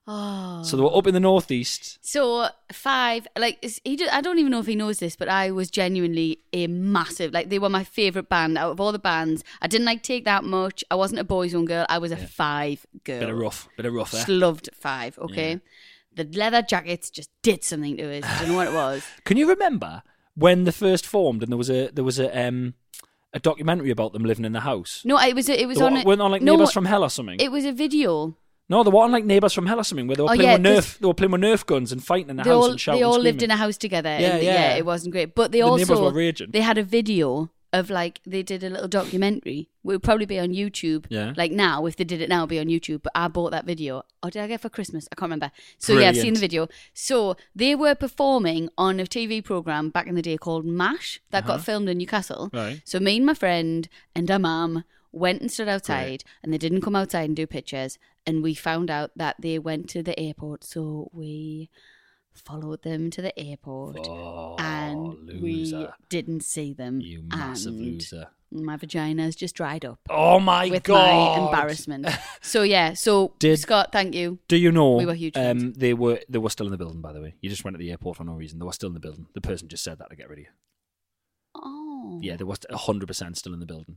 Speaker 2: Oh.
Speaker 3: So they were up in the northeast.
Speaker 2: So five, like is- he, do- I don't even know if he knows this, but I was genuinely a massive, like they were my favorite band out of all the bands. I didn't like take that much. I wasn't a boys' own girl. I was a five girl.
Speaker 3: Bit of rough, bit of rough there.
Speaker 2: Just loved five. Okay, the leather jackets just did something to us. I don't know what it
Speaker 3: [SIGHS]
Speaker 2: was.
Speaker 3: Can you remember when they first formed and there was a there was a um a documentary about them living in the house?
Speaker 2: No, it was it was
Speaker 3: They
Speaker 2: on.
Speaker 3: were,
Speaker 2: a-
Speaker 3: weren't on like
Speaker 2: no,
Speaker 3: neighbours from hell or something.
Speaker 2: It was a video.
Speaker 3: no, they were on like neighbours from hell or something where they were
Speaker 2: Oh,
Speaker 3: playing
Speaker 2: yeah,
Speaker 3: with nerf.
Speaker 2: this-
Speaker 3: They were playing with nerf guns and fighting in the
Speaker 2: they
Speaker 3: house
Speaker 2: all
Speaker 3: and shouting.
Speaker 2: they all
Speaker 3: and
Speaker 2: lived in a
Speaker 3: screaming.
Speaker 2: house together. and
Speaker 3: Yeah,
Speaker 2: yeah,
Speaker 3: yeah.
Speaker 2: It wasn't great, but they
Speaker 3: The neighbours
Speaker 2: also
Speaker 3: were raging.
Speaker 2: they had a video of like they did a little documentary. It would probably be on YouTube.
Speaker 3: Yeah.
Speaker 2: Like now, if they did it now, it'd be on YouTube. But I bought that video. Or did I get it for Christmas? I can't remember. So yeah, I've seen
Speaker 3: Brilliant.
Speaker 2: the video. So they were performing on a TV program back in the day called Mash that got filmed in Newcastle.
Speaker 3: Uh-huh. Right.
Speaker 2: So me and my friend and our mum went and stood outside, and they didn't come outside and do pictures. And we found out that they went to the airport, so we followed them to the airport,
Speaker 3: Oh,
Speaker 2: and we
Speaker 3: loser.
Speaker 2: didn't see them.
Speaker 3: You massive
Speaker 2: and [LAUGHS]
Speaker 3: loser.
Speaker 2: My vagina's just dried up
Speaker 3: Oh my
Speaker 2: with
Speaker 3: god!
Speaker 2: my embarrassment. so yeah, so
Speaker 3: [LAUGHS] Did-
Speaker 2: Scott, thank you.
Speaker 3: Do you know?
Speaker 2: We were huge fans.
Speaker 3: Um, they were they were still in the building. By the way, you just went to the airport for no reason. They were still in the building. The person just said that to get rid of you.
Speaker 2: Oh
Speaker 3: Yeah, they were hundred percent still in the building.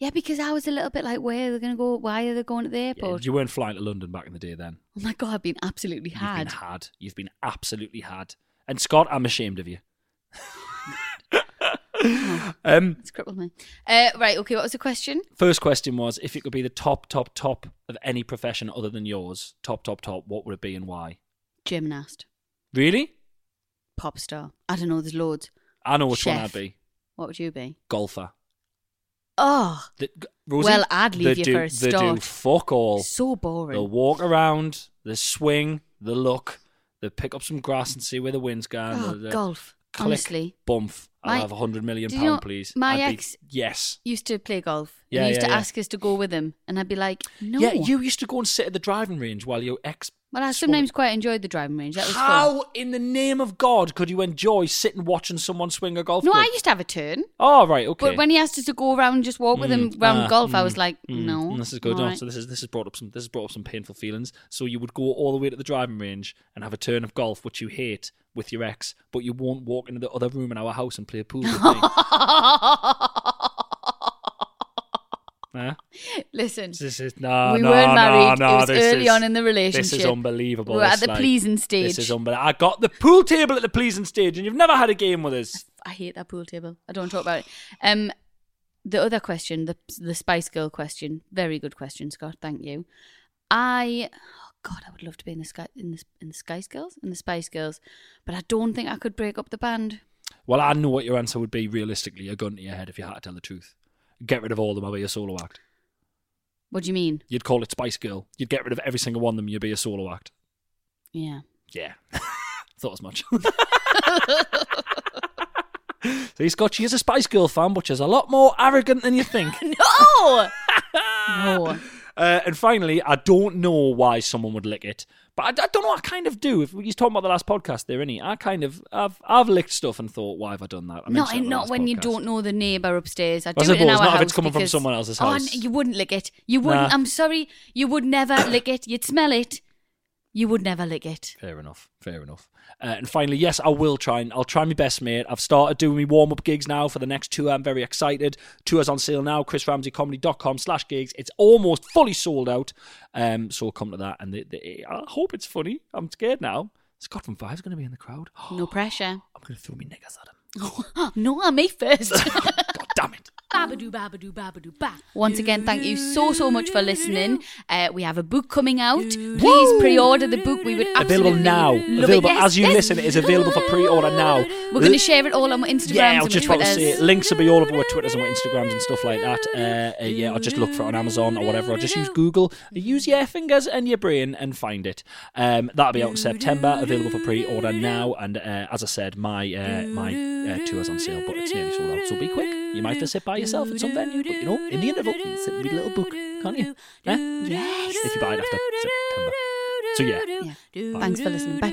Speaker 2: yeah, because I was a little bit like, where are they going to go? Why are they going to the
Speaker 3: Yeah,
Speaker 2: airport?
Speaker 3: you weren't flying to London back in the day then.
Speaker 2: oh my god, I've been absolutely
Speaker 3: You've been
Speaker 2: had.
Speaker 3: had. You've been absolutely had. And Scott, I'm ashamed
Speaker 2: [LAUGHS]
Speaker 3: of you. um,
Speaker 2: It's crippled me. Uh, right, okay. What was the question?
Speaker 3: first question was if you could be the top, top, top of any profession other than yours, top, top, top, what would it be and why?
Speaker 2: Gymnast,
Speaker 3: Really?
Speaker 2: pop star. I don't know. There's loads.
Speaker 3: I know which one I'd
Speaker 2: Chef.
Speaker 3: be.
Speaker 2: What would you be?
Speaker 3: Golfer.
Speaker 2: Oh,
Speaker 3: The, g- Rosie,
Speaker 2: Well, I'd
Speaker 3: they
Speaker 2: leave you
Speaker 3: do-
Speaker 2: for a
Speaker 3: They do
Speaker 2: start.
Speaker 3: fuck all.
Speaker 2: so boring.
Speaker 3: They'll walk around, they swing, they look, they pick up some grass and see where the wind's going.
Speaker 2: Oh,
Speaker 3: they'll- they'll
Speaker 2: golf.
Speaker 3: click,
Speaker 2: Honestly,
Speaker 3: Bump. I'll
Speaker 2: My-
Speaker 3: have a hundred million
Speaker 2: Do you
Speaker 3: pound,
Speaker 2: know,
Speaker 3: please.
Speaker 2: my
Speaker 3: I'd be-
Speaker 2: ex-
Speaker 3: yes.
Speaker 2: used to play golf.
Speaker 3: Yeah,
Speaker 2: and he used
Speaker 3: yeah,
Speaker 2: to
Speaker 3: yeah.
Speaker 2: ask us to go with him, and I'd be like, "No."
Speaker 3: Yeah, you used to go and sit at the driving range while your ex.
Speaker 2: Well, I sometimes quite enjoyed the driving range. [LAUGHS] That was
Speaker 3: How in the name of God could you enjoy sitting watching someone swing a golf
Speaker 2: fun. No,
Speaker 3: club?
Speaker 2: I used to have a turn,
Speaker 3: Oh right, okay.
Speaker 2: but when he asked us to go around and just walk with him round
Speaker 3: ah,
Speaker 2: golf, I was
Speaker 3: mm,
Speaker 2: like,
Speaker 3: mm,
Speaker 2: "No."
Speaker 3: mm, this is good.
Speaker 2: all
Speaker 3: No,
Speaker 2: right.
Speaker 3: So this is this has brought up some this has brought up some painful feelings. So you would go all the way to the driving range and have a turn of golf, which you hate, with your ex, but you won't walk into the other room in our house and play pool with me.
Speaker 2: [LAUGHS]
Speaker 3: Huh?
Speaker 2: Listen,
Speaker 3: This is no,
Speaker 2: we
Speaker 3: no,
Speaker 2: weren't
Speaker 3: no,
Speaker 2: married.
Speaker 3: no,
Speaker 2: it was
Speaker 3: this
Speaker 2: early
Speaker 3: is-
Speaker 2: on in the relationship.
Speaker 3: This is unbelievable.
Speaker 2: We were at
Speaker 3: This,
Speaker 2: the
Speaker 3: like,
Speaker 2: pleasing stage.
Speaker 3: This is um unbelievable. I got the pool table at the pleasing stage, and you've never had a game with us.
Speaker 2: I hate that pool table. I don't talk about it. Um, the other question, the the Spice Girl question, very good question, Scott. Thank you. I, oh God, I would love to be in the sky in the in the Spice Girls in the Spice Girls, but I don't think I could break up the band.
Speaker 3: Well, I know what your answer would be realistically a gun to your head if you had to tell the truth. Get rid of all of them, I'll be a solo act.
Speaker 2: What do you mean?
Speaker 3: You'd call it Spice Girl. You'd get rid of every single one of them, you'd be a solo act.
Speaker 2: Yeah.
Speaker 3: Yeah. [LAUGHS] Thought as much. [LAUGHS] See, Scott, she is a Spice Girl fan, but she's a lot more arrogant than you think. [LAUGHS]
Speaker 2: No. no.
Speaker 3: Uh, and finally, I don't know why someone would lick it, but I, I don't know. I kind of do. If you talking about the last podcast there, innit? I kind of, I've, I've licked stuff and thought, why have I done that?
Speaker 2: Not
Speaker 3: I mentioned that on the
Speaker 2: not
Speaker 3: last
Speaker 2: when you
Speaker 3: podcast.
Speaker 2: don't know the neighbour upstairs. I,
Speaker 3: I
Speaker 2: do it in
Speaker 3: suppose
Speaker 2: our
Speaker 3: not if
Speaker 2: house
Speaker 3: it's coming from
Speaker 2: because-
Speaker 3: someone else's
Speaker 2: Oh,
Speaker 3: house.
Speaker 2: n- you wouldn't lick it. You wouldn't.
Speaker 3: Nah.
Speaker 2: I'm sorry. You would never lick it. You'd smell it. You would never lick it.
Speaker 3: Fair enough. Fair enough. Uh, and finally, yes, I will try and I'll try my best, mate. I've started doing my warm up gigs now for the next tour. I'm very excited. Tour's on sale now. ChrisRamseyComedy.com slash gigs. It's almost fully sold out. Um, so I'll come to that. And the, the, I hope it's funny. I'm scared now. Scott from Five's going to be in the crowd. [GASPS] I'm
Speaker 2: No pressure.
Speaker 3: going to throw me niggas at him.
Speaker 2: no, I may first.
Speaker 3: [LAUGHS] God damn it.
Speaker 6: Babadoo, babadoo, babadoo, ba.
Speaker 2: Once again, thank you so, so much for listening. Uh, we have a book coming out. Please pre order the book. We would absolutely
Speaker 3: Available now.
Speaker 2: love it.
Speaker 3: Available
Speaker 2: Yes,
Speaker 3: as you
Speaker 2: yes.
Speaker 3: listen. It is available for pre order now.
Speaker 2: We're going to share it all on our Instagrams
Speaker 3: Yeah, I
Speaker 2: and
Speaker 3: was just
Speaker 2: our
Speaker 3: trying to
Speaker 2: Twitters.
Speaker 3: say it. Links will be all over our Twitters and our Instagrams and stuff like that. Uh, uh, yeah, I'll just look for it on Amazon or whatever. I'll just use Google. Use your fingers and your brain and find it. Um, that'll be out in September, available for pre-order now. And uh, as I said, my uh, my uh, tour's on sale, but it's nearly sold out. So be quick. You might have to sit by yourself at some venue, but you know, in the interval, you can sit and read a little book, can't you? Yeah? Yes. If you buy it after September. So yeah.
Speaker 2: Yeah. Thanks for listening. Bye.